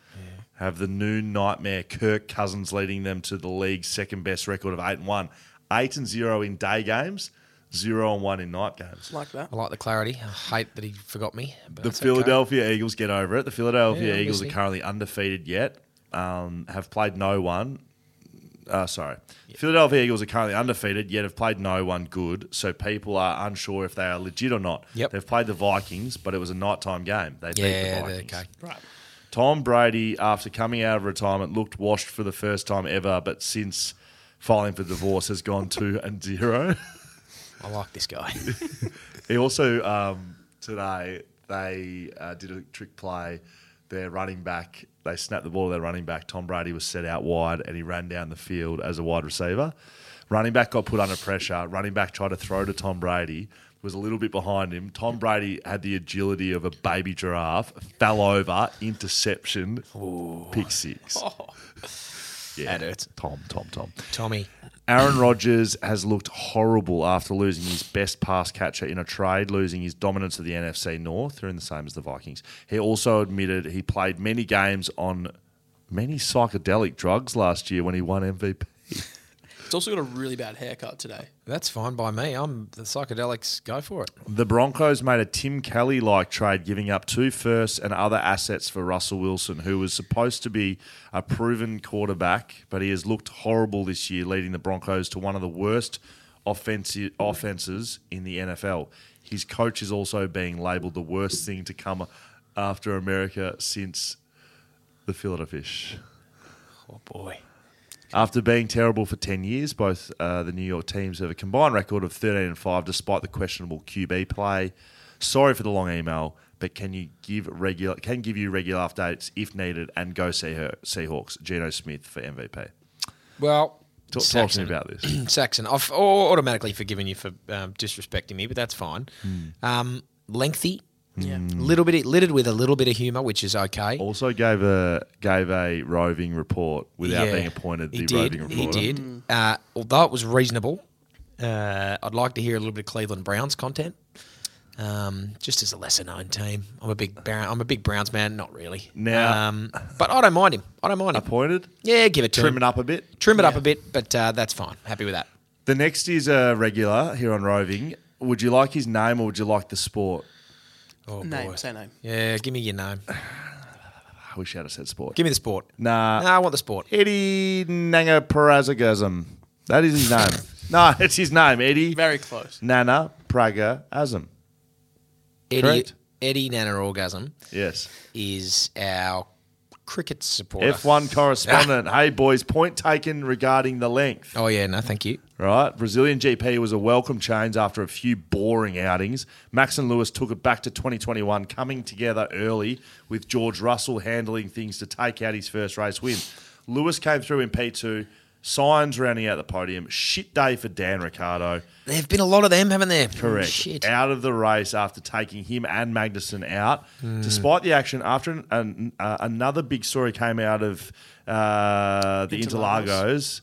have the noon nightmare, Kirk Cousins leading them to the league's second best record of 8 and 1. 8 and 0 in day games, 0 and 1 in night games.
like that.
I like the clarity. I hate that he forgot me. But
The
that's okay.
Philadelphia Eagles get over it. The Philadelphia
Yeah,
Eagles are
obviously.
currently undefeated yet. Um, have played no one. Uh, sorry, Philadelphia Eagles are currently undefeated yet have played no one good. So people are unsure if they are legit or not.
Yep.
They've played the Vikings, but it was a nighttime game. They beat
Yeah,
the
they're
Vikings.
okay.
Tom Brady, after coming out of retirement, looked washed for the first time ever, but since filing for divorce, has gone two and zero.
I like
(laughs)
this guy.
He also um, today they uh, did a trick play. Their running back, they snapped the ball to their running back. Tom Brady was set out wide, and he ran down the field as a wide receiver. Running back got put under pressure. Running back tried to throw to Tom Brady. Was a little bit behind him. Tom Brady had the agility of a baby giraffe. Fell over, interception, pick six. Yeah,
(laughs) That hurts.
Tom, Tom, Tom.
Tommy.
Aaron Rodgers has looked horrible after losing his best pass catcher in a trade, losing his dominance of the NFC North. They're in the same as the Vikings. He also admitted he played many games on many psychedelic drugs last year when he won MVP.
It's also got a really bad haircut today.
That's fine by me. I'm the psychedelics. Go for it.
The Broncos made a Tim Kelly like trade, giving up two firsts and other assets for Russell Wilson, who was supposed to be a proven quarterback, but he has looked horrible this year, leading the Broncos to one of the worst offensive offenses in the NFL. His coach is also being labelled the worst thing to come after America since the Philadelphia Fish.
Oh boy.
After being terrible for 10 years, both uh, the New York teams have a combined record of 13 and 5 despite the questionable QB play. Sorry for the long email, but can you give regular can give you regular updates if needed and go see her Seahawks, Geno Smith for MVP.
Well,
Talk, talk to
Saxon.
me
(clears throat)
about this.
Saxon, I've au- automatically forgiven you for um, disrespecting me, but that's fine.
Hmm.
Um, lengthy,
Yeah.
little bit littered with a little bit of humour, which is okay.
Also gave a gave a roving report without
Yeah.
being appointed the
he
roving
did. He
reporter.
did. Uh, although it was reasonable, uh, I'd like to hear a little bit of Cleveland Browns content. Um, just as a lesser known team, I'm a big Brown, I'm a big Browns man. Not really.
Now-
um, but I don't mind him. I don't mind him.
Appointed.
Yeah, give it to
Trim
him.
it up a bit.
Trim it up a bit, but uh, that's fine. Happy with that.
The next is a regular here on roving. Would you like his name or would you like the sport?
Oh,
Name,
boy.
say name.
Yeah, give me your name.
I wish I'd have said sport.
Give me the sport.
Nah.
Nah, I want the sport.
Eddie Nanga Parazagasm. That is his name. no, it's his name. Eddie
Very close.
Nana Praga Asm.
Eddie,
Correct.
Eddie Nana Orgasm
Yes.
is our cricket supporter.
F1 correspondent. (laughs) hey, boys, point taken regarding the length.
Oh, yeah, no, thank you.
Right? Brazilian GP was a welcome change after a few boring outings. Max and Lewis took it back to 2021, coming together early with George Russell handling things to take out his first race win. Lewis came through in P2, signs rounding out the podium. Shit day for Dan Ricciardo.
There have been a lot of them, haven't there?
Correct.
Shit.
Out of the race after taking him and Magnussen out. Despite the action, after an, an, uh, another big story came out of uh, the
Interlagos.
Interlagos,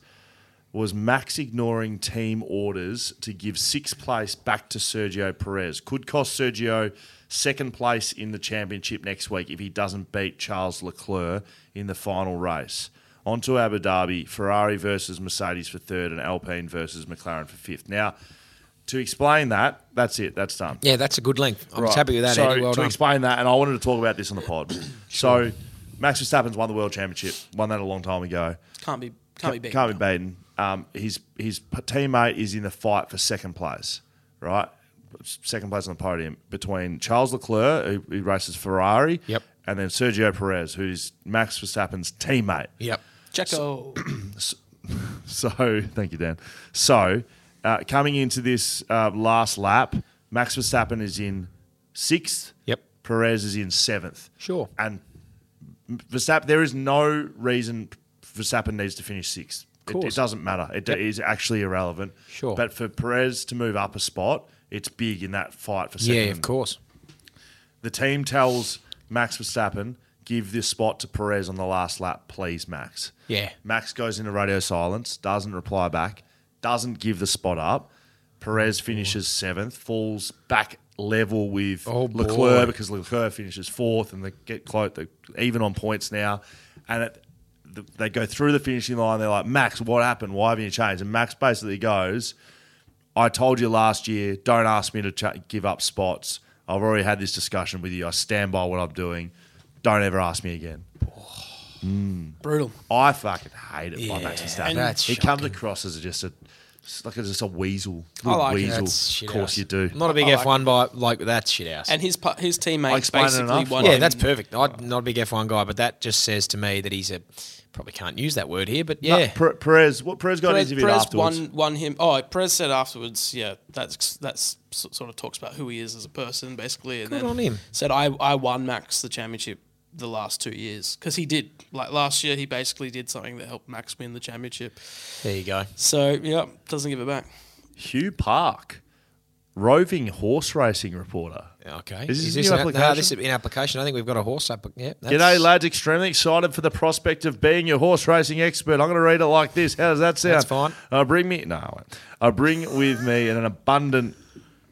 was Max ignoring team orders to give sixth place back to Sergio Perez. Could cost Sergio second place in the championship next week if he doesn't beat Charles Leclerc in the final race. On to Abu Dhabi, Ferrari versus Mercedes for third, and Alpine versus McLaren for fifth. Now, to explain that, that's it. That's done.
Yeah, that's a good length. I'm
Right.
just happy with that,
So
Eddie. Well
to
done.
explain that, and I wanted to talk about this on the
(coughs)
pod. So Max Verstappen's won the world championship, won that a long time ago.
Can't be. Can't be beaten.
Can't be beaten. Um, his his p- teammate is in the fight for second place, right? Second place on the podium between Charles Leclerc, who, who races Ferrari,
Yep.
and then Sergio Perez, who's Max Verstappen's teammate.
yep. (coughs)
Checo.
So (laughs) thank you, Dan. So uh, coming into this uh, last lap, Max Verstappen is in sixth.
Yep.
Perez is in seventh.
Sure.
And Verstappen, there is no reason Verstappen needs to finish sixth. It- It,
course.
doesn't matter. It it is actually irrelevant.
Sure.
But for Perez to move up a spot, it's big in that fight for second.
Yeah, of course.
The team tells Max Verstappen, give this spot to Perez on the last lap, please, Max.
Yeah.
Max goes into radio silence, doesn't reply back, doesn't give the spot up. Perez finishes seventh, falls back level with
Oh,
Leclerc
boy.
because Leclerc finishes fourth and they get close, they're even on points now. And it, the, they go through the finishing line. They're like, Max, what happened? Why haven't you changed? And Max basically goes, I told you last year, don't ask me to ch- give up spots. I've already had this discussion with you. I stand by what I'm doing. Don't ever ask me again.
Brutal.
I fucking hate it by Max Verstappen.
and that's
he comes
shocking.
across as just a it's like a, just a weasel.
I
Little
like it.
weasel.
That's shit
of course
house.
you do.
I'm not a big F1 guy. Like, that's shit house.
And his pa- his
I
teammates
explained it
basically
enough,
won.
like-
yeah,
him.
that's perfect. I'm not a big F1 guy, but that just says to me that he's a. Probably can't use that word here, but
No,
yeah.
Per- Perez, what Perez got
Perez,
interviewed
Perez
afterwards?
won won him. Oh, Perez said afterwards. Yeah, that's that's s- sort of talks about who he is as a person, basically. And
Good
then
on him.
Said I I won Max the championship the last two years because he did. Like last year, he basically did something that helped Max win the championship.
there you go.
So yeah, doesn't give it back.
Hugh Park, roving horse racing reporter.
Okay.
Is this
this
a new
an app- No,
application?
this is in application. I think we've got a horse up. Yeah,
G'day,
that's-
lads. Extremely excited for the prospect of being your horse racing expert. I'm going to read it like this. How does that sound?
That's fine.
Uh, bring me. No, I won't. I bring with me an abundant.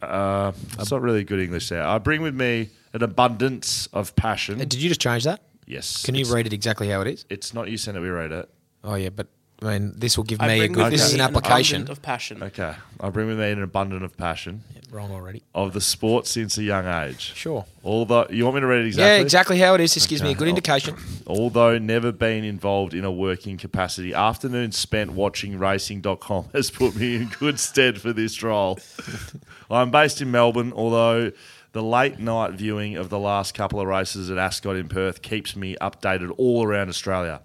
Uh, it's not really good English there. I bring with me an abundance of passion.
Did you just change that?
yes.
Uh, Can you
It's-
read it exactly how it is?
It's not you sent it. We read it.
Oh yeah, but I mean, this will give
I
me a
bring
good.
with
This
me
is an
abundant
application.
of passion.
Okay. I bring with me an abundance of passion
Wrong already.
of the sport since a young age.
Sure.
Although you want me to read it exactly? Oh.
Yeah, exactly how it is. This gives me a good indication.
Although never been involved in a working capacity, afternoons spent watching racing.com has put me in good stead for this role. I'm based in Melbourne, although The late night viewing of the last couple of races at Ascot in Perth keeps me updated all around Australia.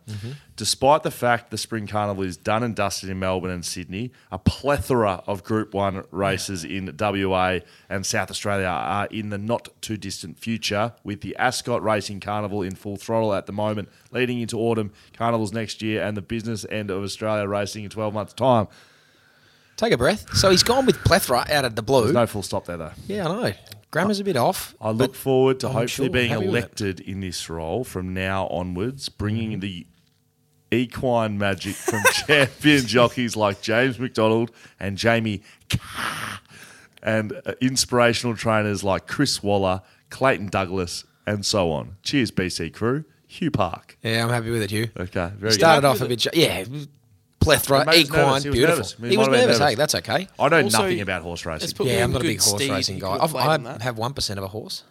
Despite the fact the Spring Carnival is done and dusted in Melbourne and Sydney, a plethora of Group 1 races in WA and South Australia are in the not too distant future, with the Ascot Racing Carnival in full throttle at the moment, leading into autumn, carnivals next year, and the business end of Australia racing in 12 months' time.
Take a breath. So he's gone with plethora out of the blue.
There's no full stop there, though.
yeah, I know. Grammar's a bit off.
I
but
look forward to
I'm
hopefully
sure
being
happy with it.
elected in this role from now onwards,
Mm-hmm.
bringing the equine magic
(laughs)
from champion jockeys like James McDonald and Jamie Carr, and uh, inspirational trainers like Chris Waller, Clayton Douglas, and so on. Cheers, BC crew. Hugh Park.
Yeah, I'm happy with it, Hugh.
Okay, very
Started
good.
off a bit, sh- yeah, plethora,
Mate was
equine,
nervous. He was
beautiful.
nervous. He
He was
might have been
nervous.
nervous.
Hey, that's okay.
I know
Also,
nothing about horse
It's
racing.
put me
yeah, I'm
in
not a
good
big horse
stead.
racing
You
guy.
could've
I've,
played
I
on that.
have one percent of a horse.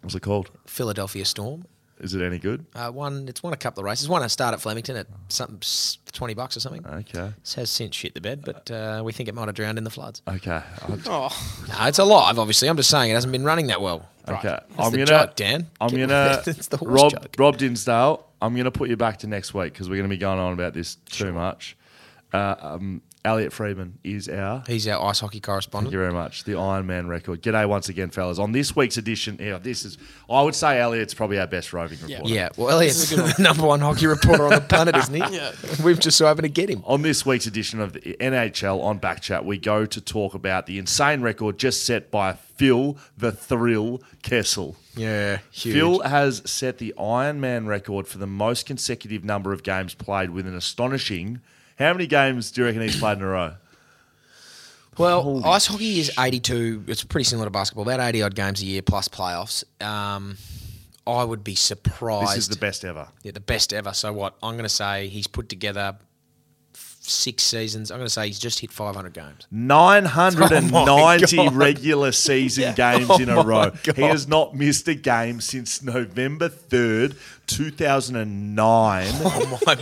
What's it called?
Philadelphia Storm.
Is it any good?
Uh, one, it's won a couple of races. Won a start at Flemington at something s- twenty bucks or something.
Okay.
It has since shit the bed, but uh, we think it might have drowned in the floods.
Okay. I-
Oh,
No, it's alive. Obviously, I'm just saying it hasn't been running that well.
Okay,
That's
I'm
the
gonna
joke, Dan.
I'm
Get-
gonna
(laughs) That's the horse
Rob
joke.
Rob Dinsdale. I'm gonna put you back to next week because we're gonna be going on about this too much. Uh, um, Elliot Freeman is our.
He's our ice
Thank
hockey
you
correspondent.
very much. The Iron Man record. G'day once again, fellas. On this week's edition, yeah, this is. I would say Elliot's probably our best roving reporter.
Yeah, well, Elliot's (laughs) the number one hockey reporter on the planet, isn't he? (laughs) yeah. We've just so happened to get him.
On this week's edition of the NHL on Backchat, we go to talk about the insane record just set by Phil the Thrill Kessel.
Yeah, huge.
Phil has set the Ironman record for the most consecutive number of games played with an astonishing. How many games do you reckon he's played in a row?
Well, ice hockey is 82. It's pretty similar to basketball, about 80 odd games a year plus playoffs. Um, I would be surprised.
This is the best ever.
Yeah, the best ever. So what? I'm going to say he's put together f- six seasons. I'm going to say he's just hit
(laughs)
500 games.
990
(laughs) Oh my God. Oh
regular season games in a row. He has not missed a game since November 3rd, 2009.
Oh
(laughs)
my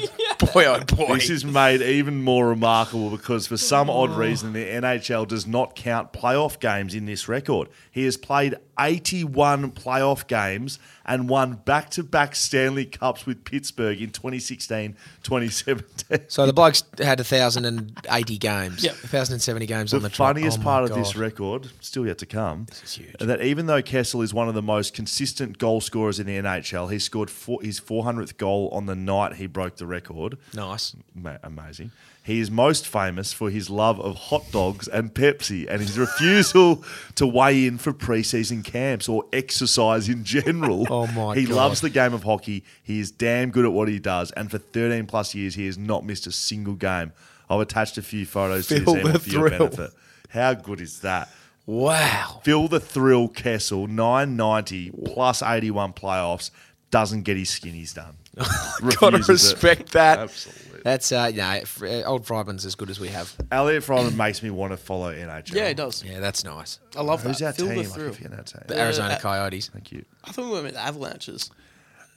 boy, oh boy.
This is made even more remarkable because for some
Oh.
odd reason the NHL does not count playoff games in this record. He has played 81 playoff games and won back-to-back Stanley Cups with Pittsburgh in 2016, 2017.
so the bloke's had 1,080 games.
Yep.
1,070 games on
The
the trot.
funniest
Oh my
part of this
God.
record, still yet to come, is huge. that even though Kessel is one of the most consistent goal scorers in the NHL, he scored four, his 400th goal on the night he broke the record.
Nice.
Ma- amazing. He is most famous for his love of hot dogs and Pepsi and his refusal to weigh in for preseason camps or exercise in general.
(laughs) Oh my
He
God.
loves the game of hockey. He is damn good at what he does and for 13 plus years he has not missed a single game. I've attached a few photos to
Feel
his email
the
for your
thrill.
benefit. How good is that?
Wow.
Phil the Thrill Kessel, 990 plus 81 playoffs, doesn't get his skinnies done.
(laughs) Gotta
Refuses it.
respect that.
Absolutely.
That's, uh, no, F- uh, old Friedman's as good as we have.
Elliot Fryman makes me want to follow NHL.
yeah, it does.
Yeah, that's nice.
I love
Who's
that.
our
Feel
team?
the
I
thrill.
forget our team.
The Arizona
uh,
Coyotes.
Thank you.
I thought we were meant the avalanches.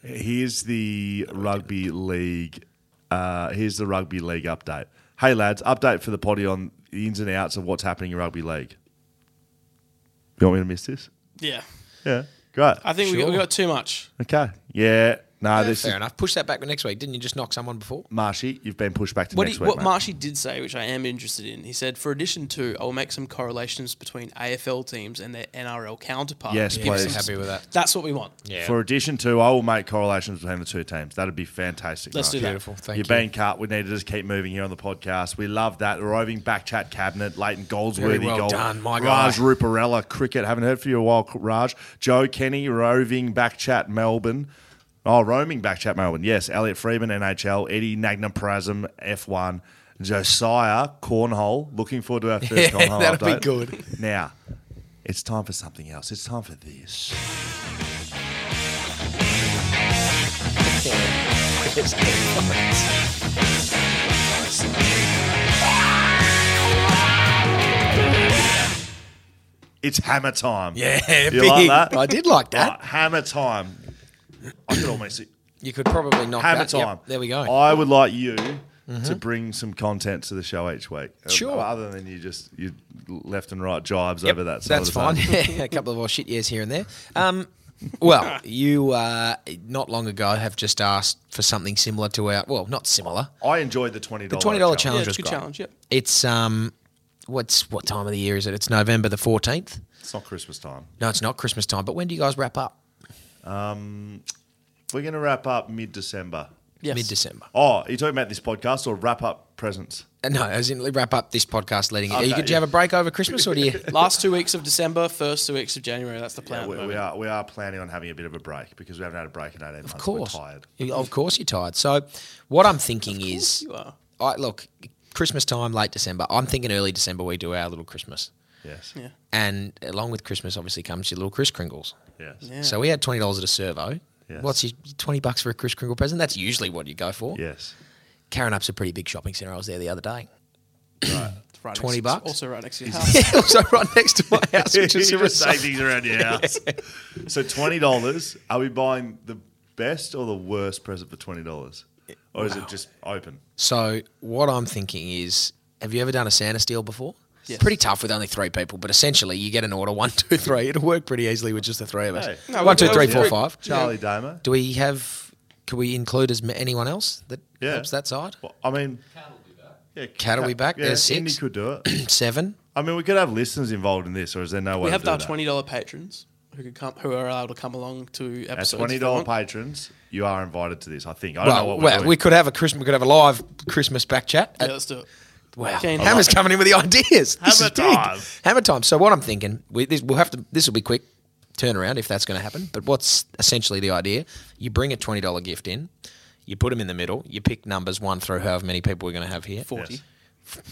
Here's the rugby league. Uh, here's the rugby league update. Hey lads, update for the potty on the ins and outs of what's happening in rugby league. You want me to miss this?
Yeah,
Yeah, great.
I think we, got, we got too much.
Okay. Yeah. No,
Yeah,
this
fair
is
enough. Push that back for next week. Didn't you just knock someone before?
Marshy. You've been pushed back to
What,
next
he,
week.
what
mate.
Marshy did say, which I am interested in, he said, for edition two, I will make some correlations between AFL teams and their NRL counterparts.
Yes,
Give
please.
some-
Happy
(laughs)
with that.
That's what we want.
Yeah.
For edition two, I will make correlations between the two teams. That'd be fantastic.
Let's do that.
Beautiful. Thank
You've
you.
been cut. We need to just keep moving here on the podcast. We love that. The roving backchat cabinet, Leighton Goldsworthy.
Very well
Gold-
done, my guy.
Raj Ruparella, cricket. Haven't heard for you a while, Raj. Joe Kenny, roving backchat Melbourne. Oh, roaming backchat Melbourne. Yes. Elliot Freeman, NHL. Eddie Nagnaprism, F1. Josiah, Cornhole. Looking forward to our first
(laughs) Yeah,
Cornhole
that'd be
update.
good.
Now, it's time for something else. It's time for this. It's hammer time.
Yeah,
You like
big.
that?
I did like that.
Right, hammer time. I could almost see.
You could probably knock
Hammer
that. Yep,
time.
there we go. Mm-hmm.
I would like you to bring some content to the show each week. Uh,
Sure.
Other than you just you left and right jibes
Yep,
over that. Sort
That's
of
fine.
Thing.
(laughs) a couple of more shit years here and there. Um, well, you uh, not long ago have just asked for something similar to our. Well, not similar.
I enjoyed the twenty
The
dollars.
twenty dollar
Yeah,
challenge
it's a
was
good
great.
challenge, yep.
It's um, what's what time of the year is it? It's November the fourteenth.
It's not Christmas time.
No, it's not Christmas time. But when do you guys wrap up?
We're going to wrap up mid December.
Yes.
Mid December.
Oh, are you talking about this podcast or wrap up presents?
Uh, No, as in wrap up this podcast. Letting it. you,
Okay,
do you have a break over Christmas or
(laughs)
do you?
Last two weeks of December, first two weeks of January. That's the plan.
we,
at the
we
moment.
are we are planning on having a bit of a break because we haven't had a break in eighteen months.
Of course,
We're tired.
You- Of course, you're tired. So, what I'm thinking is,
you are.
I look Christmas time, late December. I'm thinking early December we do our little Christmas,
Yes.
Yeah.
and along with Christmas, obviously comes your little Kris Kringles.
Yes.
So we had twenty dollars at a servo.
Yes.
What's your twenty bucks for a Kris Kringle present? That's usually what you go for.
Yes.
Karen Up's a pretty big shopping centre. I was there the other day. (laughs)
It's right next
20
to-
bucks?
Also right next to your (laughs) house.
so right next to my
(laughs)
house,
(laughs) you
which is
just
a
say
result.
things around your house. so twenty dollars. Are we buying the best or the worst present for twenty dollars, or is it just open?
So what I'm thinking is, have you ever done a Santa steal before?
Yes.
Pretty tough with only three people, but essentially you get an order (laughs) one, two, three. It'll work pretty easily with just the three of us.
Hey.
No,
one, two,
we'll-
three,
we'll-
four,
we'll-
five.
Charlie Damer.
Do we have? Can we include as m- anyone else that
Yeah.
helps that side?
Well, I mean, yeah,
Cat will be back.
Yeah,
There's
Indy
six.
could do it.
Seven.
I mean, we could have listeners involved in this, or is there no way
we
to
have
do
our
that?
twenty dollar patrons who could come, who are allowed to come along to
Our
episodes.
twenty
if they
dollar
want.
patrons, you are invited to this. I think. I don't know
Well,
what we're
well,
doing.
we could have a Christmas. We could have a live Christmas back chat.
Yeah,
at-
let's do it.
Wow,
Kane.
Hammer's coming in with the ideas. This
Hammer
is big.
time.
Hammer time. So what I'm thinking, we, this, we'll have to. This will be quick turnaround if that's going to happen. But what's essentially the idea? You bring a twenty dollar gift in, you put them in the middle, you pick numbers one through however many people we're going to have here.
Forty.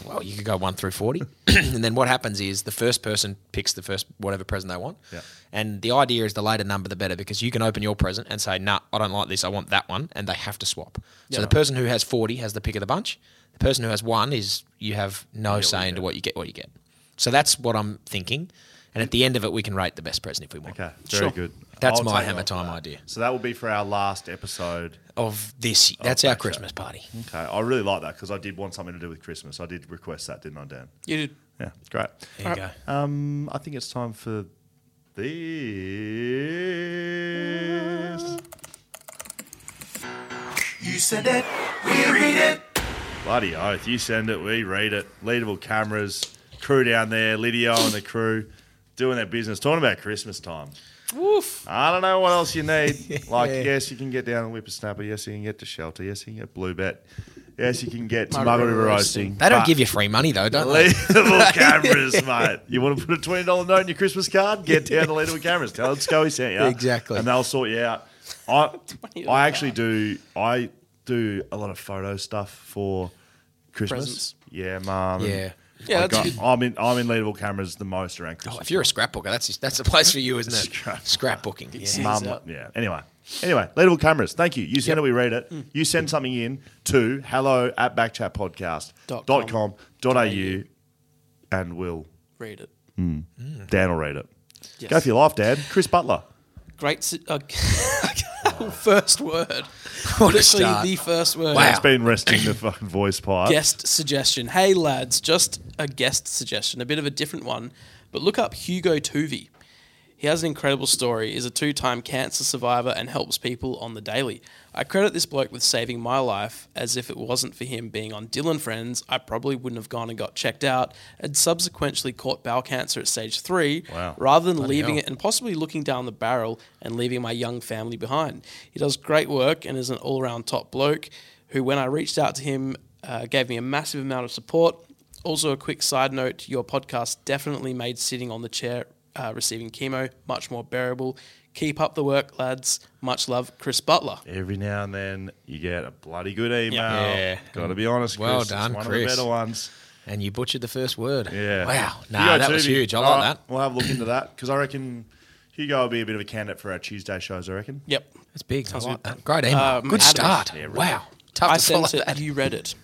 Well, you could go one
(coughs)
through forty, (coughs) and then what happens is the first person picks the first whatever present they want.
Yeah.
And the idea is the later number the better because you can open your present and say, "Nah, I don't like this. I want that one," and they have to swap. So the person who has forty has the pick of the bunch. The person who has one is you have no say into what you get. What you get. So that's what I'm thinking. And at the end of it, we can rate the best present if we want.
Okay, very
Sure.
good.
That's
I'll
my
take
hammer
off
time
that.
idea
So that will be for our last episode.
of this. That's our Christmas party.
Okay, I really like that because I did want something to do with Christmas. I did request that, didn't I, Dan?
You did.
Yeah, great.
There you go.
Um, I think it's time for this.
You send it, we read it.
Bloody oath! You send it, we read it. Leadable cameras, crew down there, Lydio and the crew doing their business, talking about Christmas time.
Woof.
I don't know what else you
(laughs)
need. Like, yes, you can get down and whip a snapper. Yes, you can get to shelter. Yes, you can get blue bet. Yes, you can get to Muggle River roasting.
They don't
But-
give you free money
(laughs)
though, don't they?
Leadable cameras, mate. You want to put a twenty dollar note in your Christmas card? Get down to Leadable cameras. Tell them Scully sent you
Exactly.
and they'll sort you out. I
$20
I actually do I do a lot of photo stuff for Christmas.
Presents.
Yeah, mum. and
Yeah.
Yeah,
I
that's
got-
good.
I'm in I'm in Leadable cameras the most around
Oh,
Christmas.
if you're a scrapbooker, that's that's the place for you, isn't it? Scrapbooking. Yeah.
Mum.
Mum, yeah. Anyway. Anyway, leadable cameras. Thank you. You send it, we read it. You send something in to hello at
Dot
backchatpodcast.com.au and we'll
Read it.
Dan will read it.
Yes.
Go for your life, Dad. Chris Butler.
Great. si- Uh, (laughs) first word.
(laughs) What a
Literally
start.
the first word.
Wow.
It's been resting the fucking voice pipe.
Guest suggestion. Hey lads, just a guest suggestion, a bit of a different one, but look up Hugo Tuvey. He has an incredible story, is a two time cancer survivor, and helps people on the daily. I credit this bloke with saving my life, as if it wasn't for him being on Dylan Friends, I probably wouldn't have gone and got checked out and subsequently caught bowel cancer at stage three,
Wow.
rather than leaving
hell.
it and possibly looking down the barrel and leaving my young family behind. He does great work and is an all round top bloke who, when I reached out to him, uh, gave me a massive amount of support. Also, a quick side note your podcast definitely made sitting on the chair uh, receiving chemo much more bearable. Keep up the work, lads. Much love, Chris Butler.
Every now and then you get a bloody good email.
Yeah.
Got to be honest, Chris.
Well
It's
done,
one of
Chris.
the better ones.
And you butchered the first word.
Yeah.
Wow.
Hugo
Nah, that was
Tooby.
huge. I
All
like
right,
that.
We'll have a look into that because I reckon Hugo will be a bit of a candidate for our Tuesday shows, I reckon.
Yep.
That's big. I like that. Great email.
Um,
Good
Adam-
start.
Yeah,
Wow. Tough
I
to follow
sent it.
that.
You read it.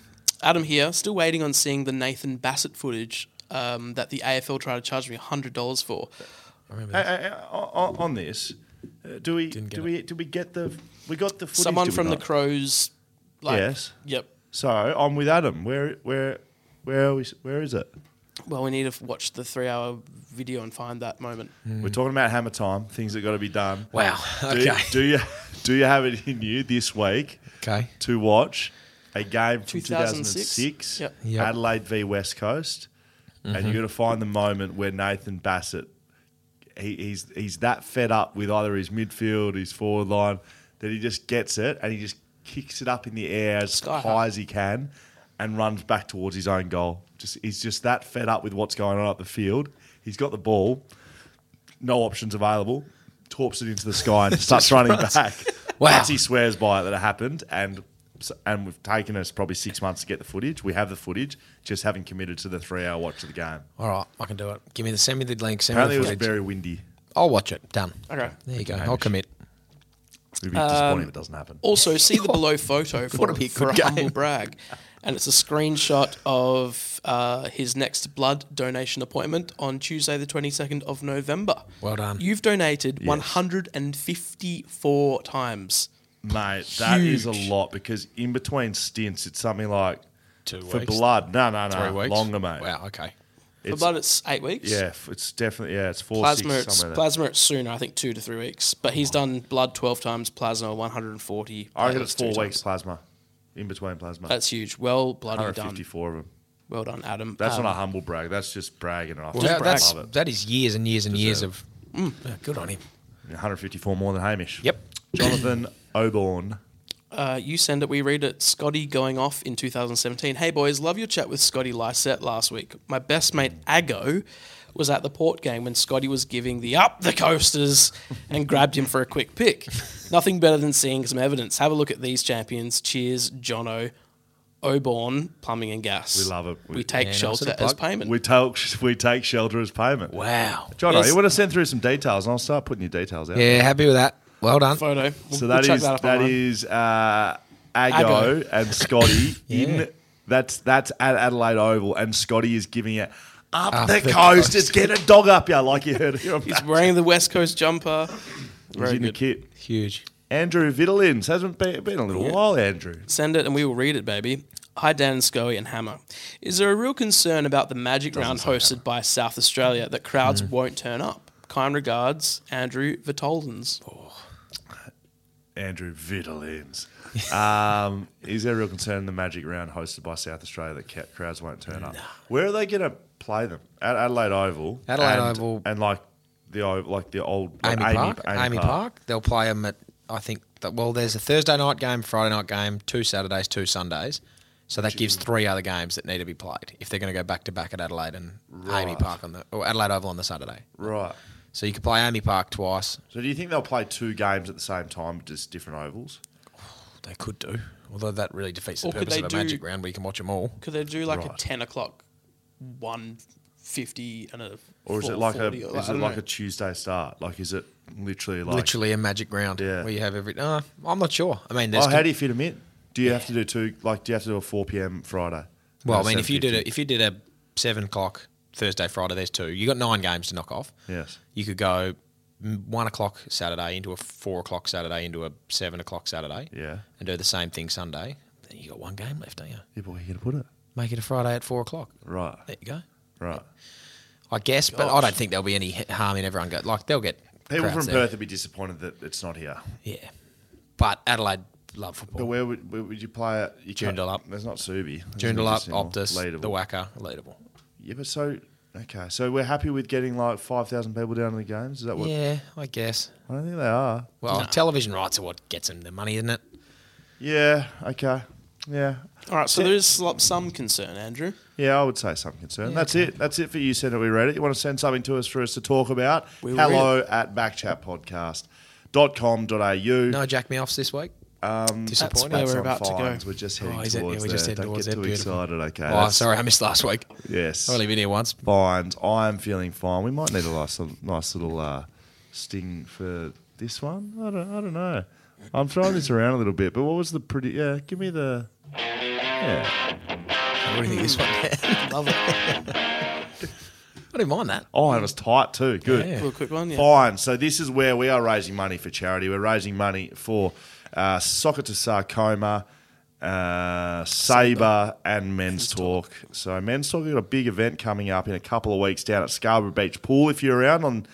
Adam here, still waiting on seeing the Nathan Bassett footage um, that the AFL tried to charge me $100 for.
Hey, hey, hey, on, on this, uh, do we do
get
we do we get the we got the footage,
Someone
did we
from the
not?
Crows. Like,
Yes.
Yep.
So I'm with Adam. Where where where are we? Where is it?
Well, we need to f- watch the three-hour video and find that moment.
We're talking about hammer time. Things that got to be done.
Wow.
Do,
Okay.
do you do you have it in you this week
Okay.
to watch a game from
2006?
2006,
Yep.
Yep.
Adelaide v West Coast, and you got to find the moment where Nathan Bassett he, he's he's that fed up with either his midfield, his forward line, that he just gets it and he just kicks it up in the air as
Sky
high
high.
as he can, and runs back towards his own goal. Just he's just that fed up with what's going on up the field. He's got the ball, no options available. Torps it into the sky
(laughs)
and starts running back.
Wow.
Once he swears by it that it happened, and and we've taken us probably six months to get the footage. We have the footage, just haven't committed to the three-hour watch of the game.
All right, I can do it. Give me the send me the link. Send
Apparently, it
me
was
the footage.
very windy.
I'll watch it. Done.
Okay.
There you go. I'll commit.
It'd be disappointing
Um,
if it doesn't happen.
Also, see the
(laughs)
below photo for,
Would've been a
for a
good
humble
game.
brag. And it's a screenshot of uh, his next blood donation appointment on Tuesday, the 22nd of November.
Well done.
You've donated 154 times.
Mate, that is a
Huge.
lot because in between stints, it's something like
Two
for
weeks.
blood. No, no,
Three
no,
weeks.
uh, longer, mate.
Wow. Okay.
For
It's-
blood, it's eight weeks.
Yeah, f- it's definitely yeah, it's four
Plasma,
six
it's,
somewhere. there.
plasma, it's sooner, I think two to three weeks. But he's done blood 12 times, plasma 140.
I reckon
platelets
it's
two
four
times.
weeks plasma, in between plasma.
That's huge. Well, bloody done.
154 of them.
Well done, Adam.
That's
Um,
not a humble brag. That's just bragging. And I
Well,
just
that, that's
love it.
that is years and years and years of. Yeah, good on him.
154 more than Hamish.
Yep.
Jonathan Oborn.
Uh, you send it, we read it. Scotty going off in 2017. Hey boys, love your chat with Scotty Lysette last week. My best mate Aggo was at the port game when Scotty was giving the up
(laughs)
the coasters and grabbed him for a quick pick. Nothing better than seeing some evidence. Have a look at these champions. Cheers, Jono, Oborn, Plumbing and Gas.
We love it.
We,
We-
take
Yeah, nice
shelter
little
as
plug.
payment.
We take we take shelter as payment.
Wow.
John,
Yes.
you want to send through some details, and I'll start putting your details out.
Yeah. Happy with that. Well done.
Photo. We'll,
So
we'll
that
chuck
is
up
that
online.
is uh, Aggo and Scotty in that's that's at Adelaide Oval, and Scotty is giving it up, the,
the
coast.
coast.
It's get a dog up ya, like you heard it. He's
He's wearing the West Coast jumper. Very
in the
good.
kit.
Huge.
Andrew Vidalins hasn't been, been a little while. Andrew,
Send it and we will read it, baby. Hi, Dan and Scully and Hammer. Is there a real concern about the Magic Round hosted by South Australia that crowds
Hmm.
won't turn up? Kind regards, Andrew Vitolins.
Oh, Andrew Vidalins. (laughs) um, is there a real concern in the Magic Round hosted by South Australia that ca- crowds won't turn up? Where are they going to play them? At Adelaide Oval.
Adelaide
and-
Oval.
and like the o- like the old like
Amy, Park. Amy, Park. They'll play them at I think. That, well, there's a Thursday night game, Friday night game, two Saturdays, two Sundays. So that gives three other games that need to be played if they're going to go back to back at Adelaide and Amy
Right.
Park on the or Adelaide Oval on the Saturday.
Right.
So you could play Amy Park twice.
So do you think they'll play two games at the same time, just different ovals?
They could do, although that really defeats the
Or could
purpose
they
of a
do-
Magic Round where you can watch them all.
Could they do like a
Right.
10 o'clock, 150 and a.
Or is it like a
440 or
is
I
it
don't
like
know.
a Tuesday start? Like is it literally like
Literally a Magic Round
Yeah.
where you have every. No, I'm not sure. I mean, there's.
Oh, how do you fit them in? Do you have to do two like do you have to do a four PM Friday?
well, I
No,
mean, if you did
7:50.
a if you did a seven o'clock Thursday, Friday, there's two. You got nine games to knock off.
Yes.
You could go mm, one o'clock Saturday into a four o'clock Saturday into a seven o'clock Saturday.
Yeah.
And do the same thing Sunday. Then you got one game left, don't you?
Yeah, but where are you gonna put it?
Make it a Friday at four o'clock.
Right.
There you go.
Right.
I guess, but I don't think there'll be any h- harm in everyone go. Like they'll get
People
crowds
from
there.
Perth would be disappointed that it's not here.
Yeah. But Adelaide love
But
football.
where would where would you play it? You can't-
Joondalup.
There's not Subi. There's
Joondalup,
Newcastle,
Optus,
Leadable.
the Wacker, Leadable.
Yeah, but so okay. So we're happy with getting like five thousand people down to the games. Is that what?
Yeah, I guess.
I don't think they are.
Well, television rights are what gets them the money, isn't it?
Yeah. Okay. Yeah.
All right, so there is lo- some concern, Andrew.
Yeah, I would say some concern. That's it. That's it for you, Senator. We read it. You want to send something to us for us to talk about?
We will
Hello at backchatpodcast.com.au.
No Jack Meoffs this week. Um, Disappointing.
where
That's
we're
on
about to go.
fines. We're just heading
Oh,
towards
is it? Yeah, we're just
there.
heading
Don't
towards
get
it.
too
Beautiful.
excited, okay?
Oh,
That's-
sorry, I missed last week.
Yes.
I've only been here once.
Fines. I'm feeling fine. We might need a nice, a nice little uh, sting for this one. I don't, I don't know. I'm throwing this around a little bit, but what was the pretty? Yeah, give me the. Yeah.
What do you think of this one? I
(laughs)
Love it.
didn't mind that.
Oh, and it was tight too. Good.
Yeah.
Real quick one. Yeah.
Fine. So this is where we are raising money for charity. We're raising money for uh, Soccer to Sarcoma uh, Sabre, and Men's Talk. So Men's Talk, we've got a big event coming up in a couple of weeks down at Scarborough Beach Pool. If you're around on,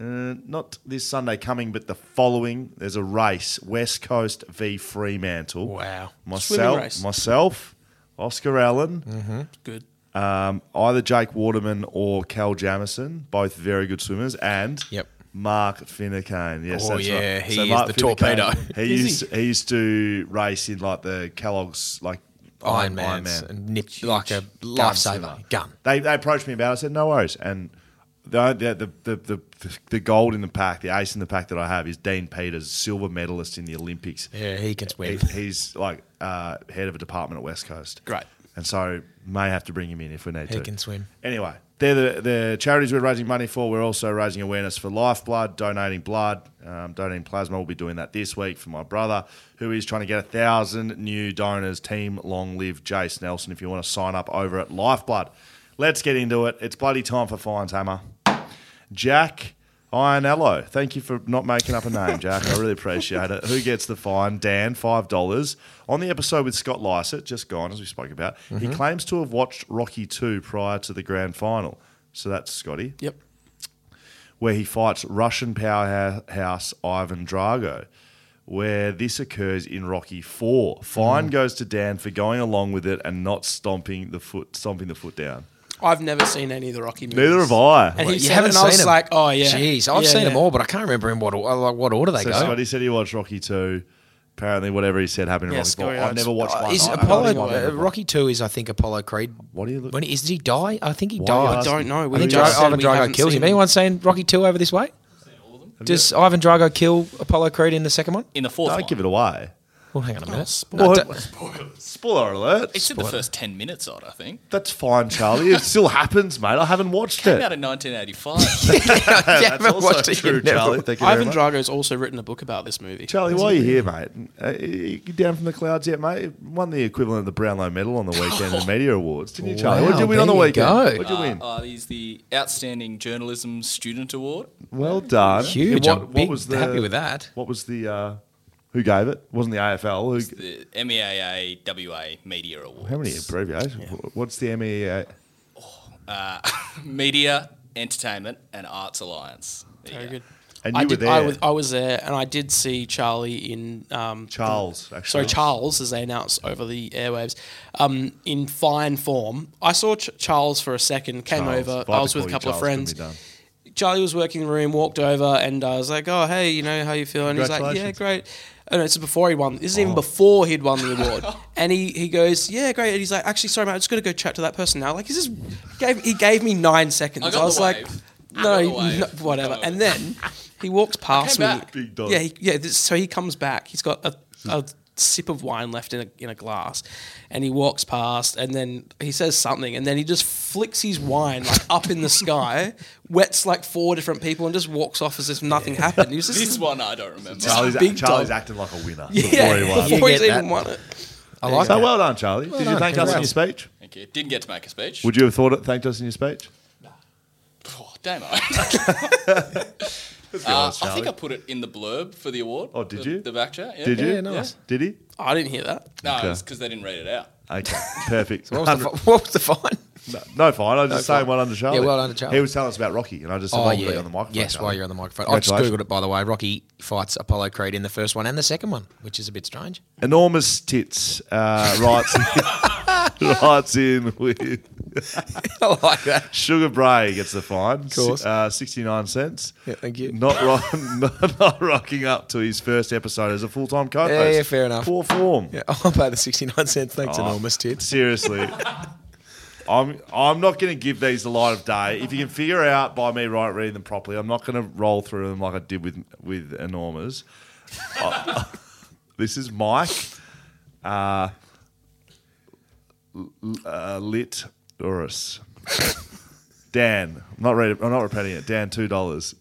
uh, not this Sunday coming, but the following, there's a race, West Coast v Fremantle.
Wow.
Swimming
Myself,
race.
myself, Oscar Allen,
Good.
um, either Jake Waterman or Cal Jamison, both very good swimmers, and
Yep.
Mark Finnecane. Yes,
Oh,
that's
yeah,
right.
he is
Mark
the
Finucane,
torpedo. (laughs)
He used he? used to race in like the Kellogg's like
Iron
Iron
Man's
Man.
and nip, like a
Gun swimmer.
lifesaver gun.
They, they approached me about. it. I said no worries, and the the, the the the the gold in the pack, the ace in the pack that I have is Dean Peters, silver medalist in the Olympics.
Yeah, he can swim.
He- he's like uh, head of a department at West Coast.
Great.
And so may have to bring him in if we need
He
to.
can swim.
Anyway, they're the, the charities we're raising money for. We're also raising awareness for lifeblood, donating blood, um, donating plasma. We'll be doing that this week for my brother, who is trying to get a thousand new donors. Team Long Live Jace Nelson. If you want to sign up over at Lifeblood, let's get into it. It's bloody time for fines, Hammer. Jack Ionello. Thank you for not making up a name, Jack. I really appreciate it. Who gets the fine? Dan, $5. On the episode with Scott Lysett, just gone, as we spoke about, he claims to have watched Rocky 2 prior to the grand final. So that's Scotty,
Yep.
where he fights Russian powerhouse Ivan Drago, where this occurs in Rocky 4. Fine goes to Dan for going along with it and not stomping the foot stomping the foot down.
I've never seen any of the Rocky movies.
Neither have I.
And he
You
said,
haven't
and
seen
I was
them.
like, oh yeah.
Jeez, I've
Yeah,
seen
yeah.
them all, but I can't remember in what or- like what order they
So
go.
Scotty said he watched Rocky two. Apparently, whatever he said happened in
Yeah,
Rocky four.
Scotty
I've
likes-
never watched one.
Oh, Is
I- I
Apollo
don't think I've
uh,
ever-
Rocky Two is I think Apollo Creed.
What do you look-
When is did he die? I think he
Why are you
died.
I don't know.
I
We
think
just
Dra-
said
Ivan
we
Drago
haven't
kills
seen
him. Anyone seen Rocky Two over this way? Does Ivan Drago kill Apollo Creed in the second one?
in the fourth
Don't
one.
give it away.
Well, hang on
Oh,
a minute.
Well,
No,
(laughs)
d-
Spoiler alert.
It's in the first 10 minutes odd, I think.
That's fine, Charlie. It
(laughs)
still happens, mate. I haven't watched
Came
it.
out in 1985.
you
That's
haven't
also
watched it, you
true,
never-
Charlie. Thank you very
Ivan
much.
Drago's also written a book about this movie.
Charlie, why are you here, mate? Uh, you down from the clouds yet, mate? Won the equivalent of the Brownlow Medal on the weekend
(laughs)
in Media Awards, didn't you, Charlie? what did you
Wow,
win on the
there you
weekend?
go.
What did you win?
uh, he's the Outstanding Journalism Student Award.
well done.
Huge. I'm big- happy with that.
What was the? Uh, who gave it? Wasn't the AFL? Who,
The E MEAA WA Media Award.
how many abbreviations? What's the MEA?
Media, Entertainment and Arts Alliance. There you
Very
go.
good.
And
I
you were
did, I
there.
was, I was there, and I did see Charlie in um,
Charles, actually.
Sorry, Charles, as they announced over the airwaves, um, in fine form. I saw Ch- Charles for a second, came
Charles.
over.
If had
I
to
was with
call
a
you
couple of
Charles, couldn't
friends.
be done.
Charlie was working in the room, walked over, and I was like, "Oh, hey, you know how you feeling?" He's like, "Yeah,
Congratulations. Oh.
great." And this is before he won. This is even before he'd won the
(laughs)
award. and he, he goes, "Yeah, great." And he's like, "Actually, sorry, mate, I'm just gonna go chat to that person now." Like, he just gave he gave me nine seconds.
I
I,
got
was
the
like,
wave.
"No,
I got the wave.
no, whatever."
Got it.
And then he walks past me.
back.
Big dog.
Yeah, he, yeah. This, so he comes back. He's got a, a sip of wine left in a, in a glass, and he walks past, and then he says something, and then he just flicks his wine like up in the sky, (laughs) wets like four different people, and just walks off as if nothing happened. (laughs) He was just
This one I don't remember.
(laughs) Charlie's,
Big dog.
Charlie's acting like a winner before he
yeah,
won.
before
You
he's
get
even won it.
I like
So
that.
well done, Charlie. Did you
done.
thank us in your
Congrats.
speech?
Thank you. Didn't get to make a speech.
Would you have thought it thanked us in your speech?
Oh, damn
(laughs)
it. Uh, I think I put it in the blurb for the award.
Oh, did
the-
you?
The back chat. Yeah.
Did you?
Yeah, nice.
Did he?
I didn't hear that.
No,
Okay.
it's because they didn't read it out.
Okay, perfect.
What was, the, fi- what was the (laughs) fine?
no, no, fine. I was just saying well done to Charlie.
well done to Charlie.
He was telling us about Rocky, and I just said, oh, yeah. on the microphone.
Yes,
Charlie.
while you're on the microphone. I just
Congratulations.
googled it by the way. Rocky fights Apollo Creed in the first one and the second one, which is a bit strange. (laughs)
Enormous tits uh, writes, writes in with
I like that.
Sugar Bray gets the fine, of
course.
uh, sixty-nine cents.
Yeah, thank you.
Not, ro- (laughs) not, not rocking up to his first episode as a full-time co-host.
Yeah, yeah, fair enough.
Poor form.
Yeah, (laughs) I'll pay the sixty nine cents. Thanks,
Oh.
enormous tits. (laughs)
Seriously. I'm I'm not going to give these the light of day. If you can figure out by me right reading them properly, I'm not going to roll through them like I did with with enormous. (laughs) I- (laughs) this is Mike, uh, l- uh, lit Urus. Dan, I'm not reading. I'm not repeating it. Dan, two dollars.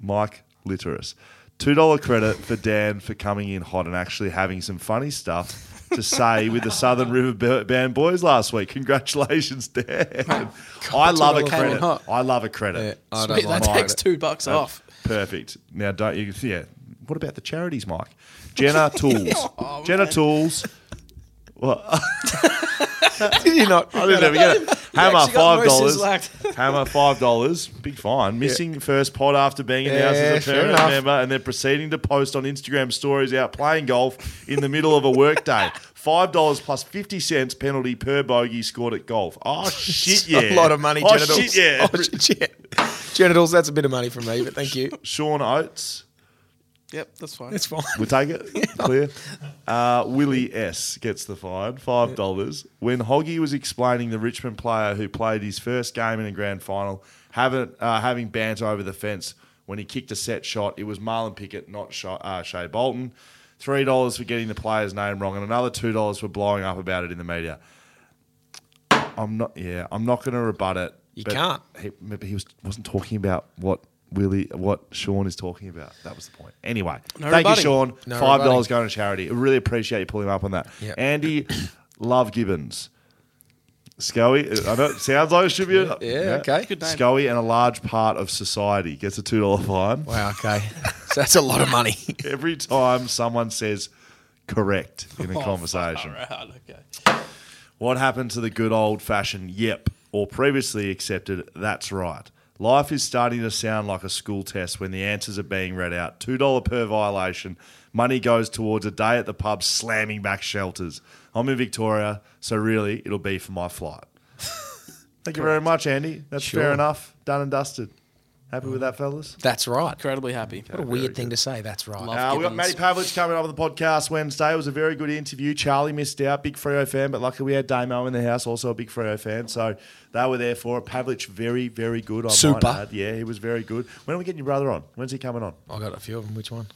Mike Litterus. $2 credit for Dan for coming in hot and actually having some funny stuff to say with the Southern River Ba- Band boys last week. Congratulations, Dan. I love a
$2
came in
credit.
hot.
I love a credit.
Yeah, I don't
Wait,
like
(laughs) that
Mine.
takes two bucks off.
Perfect. Now, don't
(laughs) Oh,
you? Yeah. What about the charities, Mike? Jenna Tools. Jenna Tools.
(laughs)
Well,
Did you not?
I didn't ever get it. Hammer
actually got
five
most
dollars.
slacked.
(laughs) Hammer five dollars. Big fine. Missing first pod after being announced
Yeah,
as a
fair
parent
enough.
member, and then proceeding to post on Instagram stories out playing golf in the middle of a workday. Five dollars plus fifty cents penalty per bogey scored at golf.
(laughs)
Oh shit!
It's
Yeah,
A lot of money,
Oh
genitals.
shit! Yeah,
(laughs) Oh, shit, yeah. Genitals, that's a bit of money from me, but thank you.
Sean Oates.
Yep, that's fine.
It's fine.
We'll take
(laughs)
it. Clear. Uh, Willie S gets the fine, five dollars. When Hoggy was explaining the Richmond player who played his first game in a grand final, having uh, having banter over the fence when he kicked a set shot, it was Marlon Pickett, not Sha- uh, Shea Bolton. Three dollars for getting the player's name wrong, and another two dollars for blowing up about it in the media. I'm not. Yeah, I'm not going to rebut it.
You
but
can't.
He, maybe he was wasn't talking about what Willie, what Sean is talking about. That was the point. Anyway,
No
thank you,
rebutting.
Sean.
No
Five dollars
rebutting.
going to charity. I really appreciate you pulling him up on that.
Yep. (coughs)
Andy, love Gibbons. Scully, I know it sounds like it should be. A,
Yeah, okay. Good
name.
Scully and a large part of society gets a two dollar fine
Wow, okay. (laughs) So that's a lot of money.
(laughs)
(laughs)
every time someone says correct in a conversation.
(laughs) Right, okay.
What happened to the good old fashioned yep or previously accepted that's right? Life is starting to sound like a school test when the answers are being read out. $2 per violation. Money goes towards a day at the pub slamming back shelters. I'm in Victoria, so really it'll be for my flight. Thank you very much, Andy. That's fair
Sure.
enough. Done and dusted. Happy with that, fellas?
That's right.
Incredibly happy.
What a weird thing to say. That's right.
Love.
Uh, we got Matty
Gibbons.
Pavlich coming up on the podcast Wednesday. It was a very good interview. Charlie missed out, big Freo fan, but luckily we had Damo in the house, also a big Freo fan. So they were there for it. Pavlich, very, very good. I might
Super.
add. Yeah, he was very good. When are we getting your brother on? When's he coming on?
I got a few of them. Which one?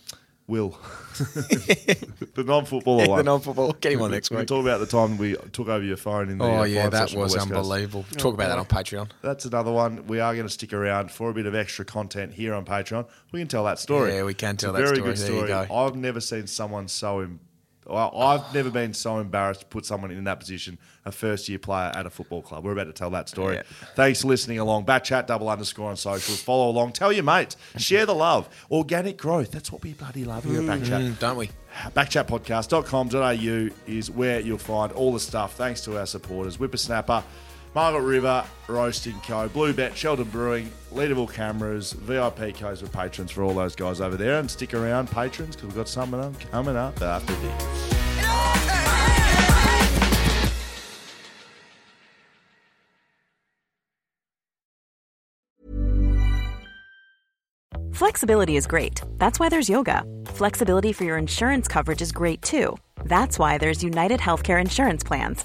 Will. (laughs) the non footballer one.
(laughs) the non-football. Get him on next
we can
week.
talk about the time we took over your phone in the
Oh
uh,
yeah,
live
that
session on
was
West Coast.
unbelievable. Talk about that on Patreon.
That's another one. We are going to stick around for a bit of extra content here on Patreon. We can tell that story.
Yeah, we can
It's
tell
a
that
very
story.
Good
There
story.
you go.
I've never seen someone so. Em- well, I've never been so embarrassed to put someone in that position, a first year player at a football club. We're about to tell that story.
Yeah.
Thanks for listening along. Bat chat double underscore on socials. Follow along. Tell your mates. Share the love. Organic growth. That's what we bloody love here at Backchat.
Mm, don't we?
Backchatpodcast.com.au is where you'll find all the stuff. Thanks to our supporters, Whippersnapper, Margaret River, Roasting Co, Blue Bet, Sheldon Brewing, Leaderville Cameras, VIP codes with patrons for all those guys over there. And stick around, patrons, because we've got some of them coming up after this.
Flexibility is great. That's why there's yoga. Flexibility for your insurance coverage is great too. That's why there's United Healthcare Insurance Plans.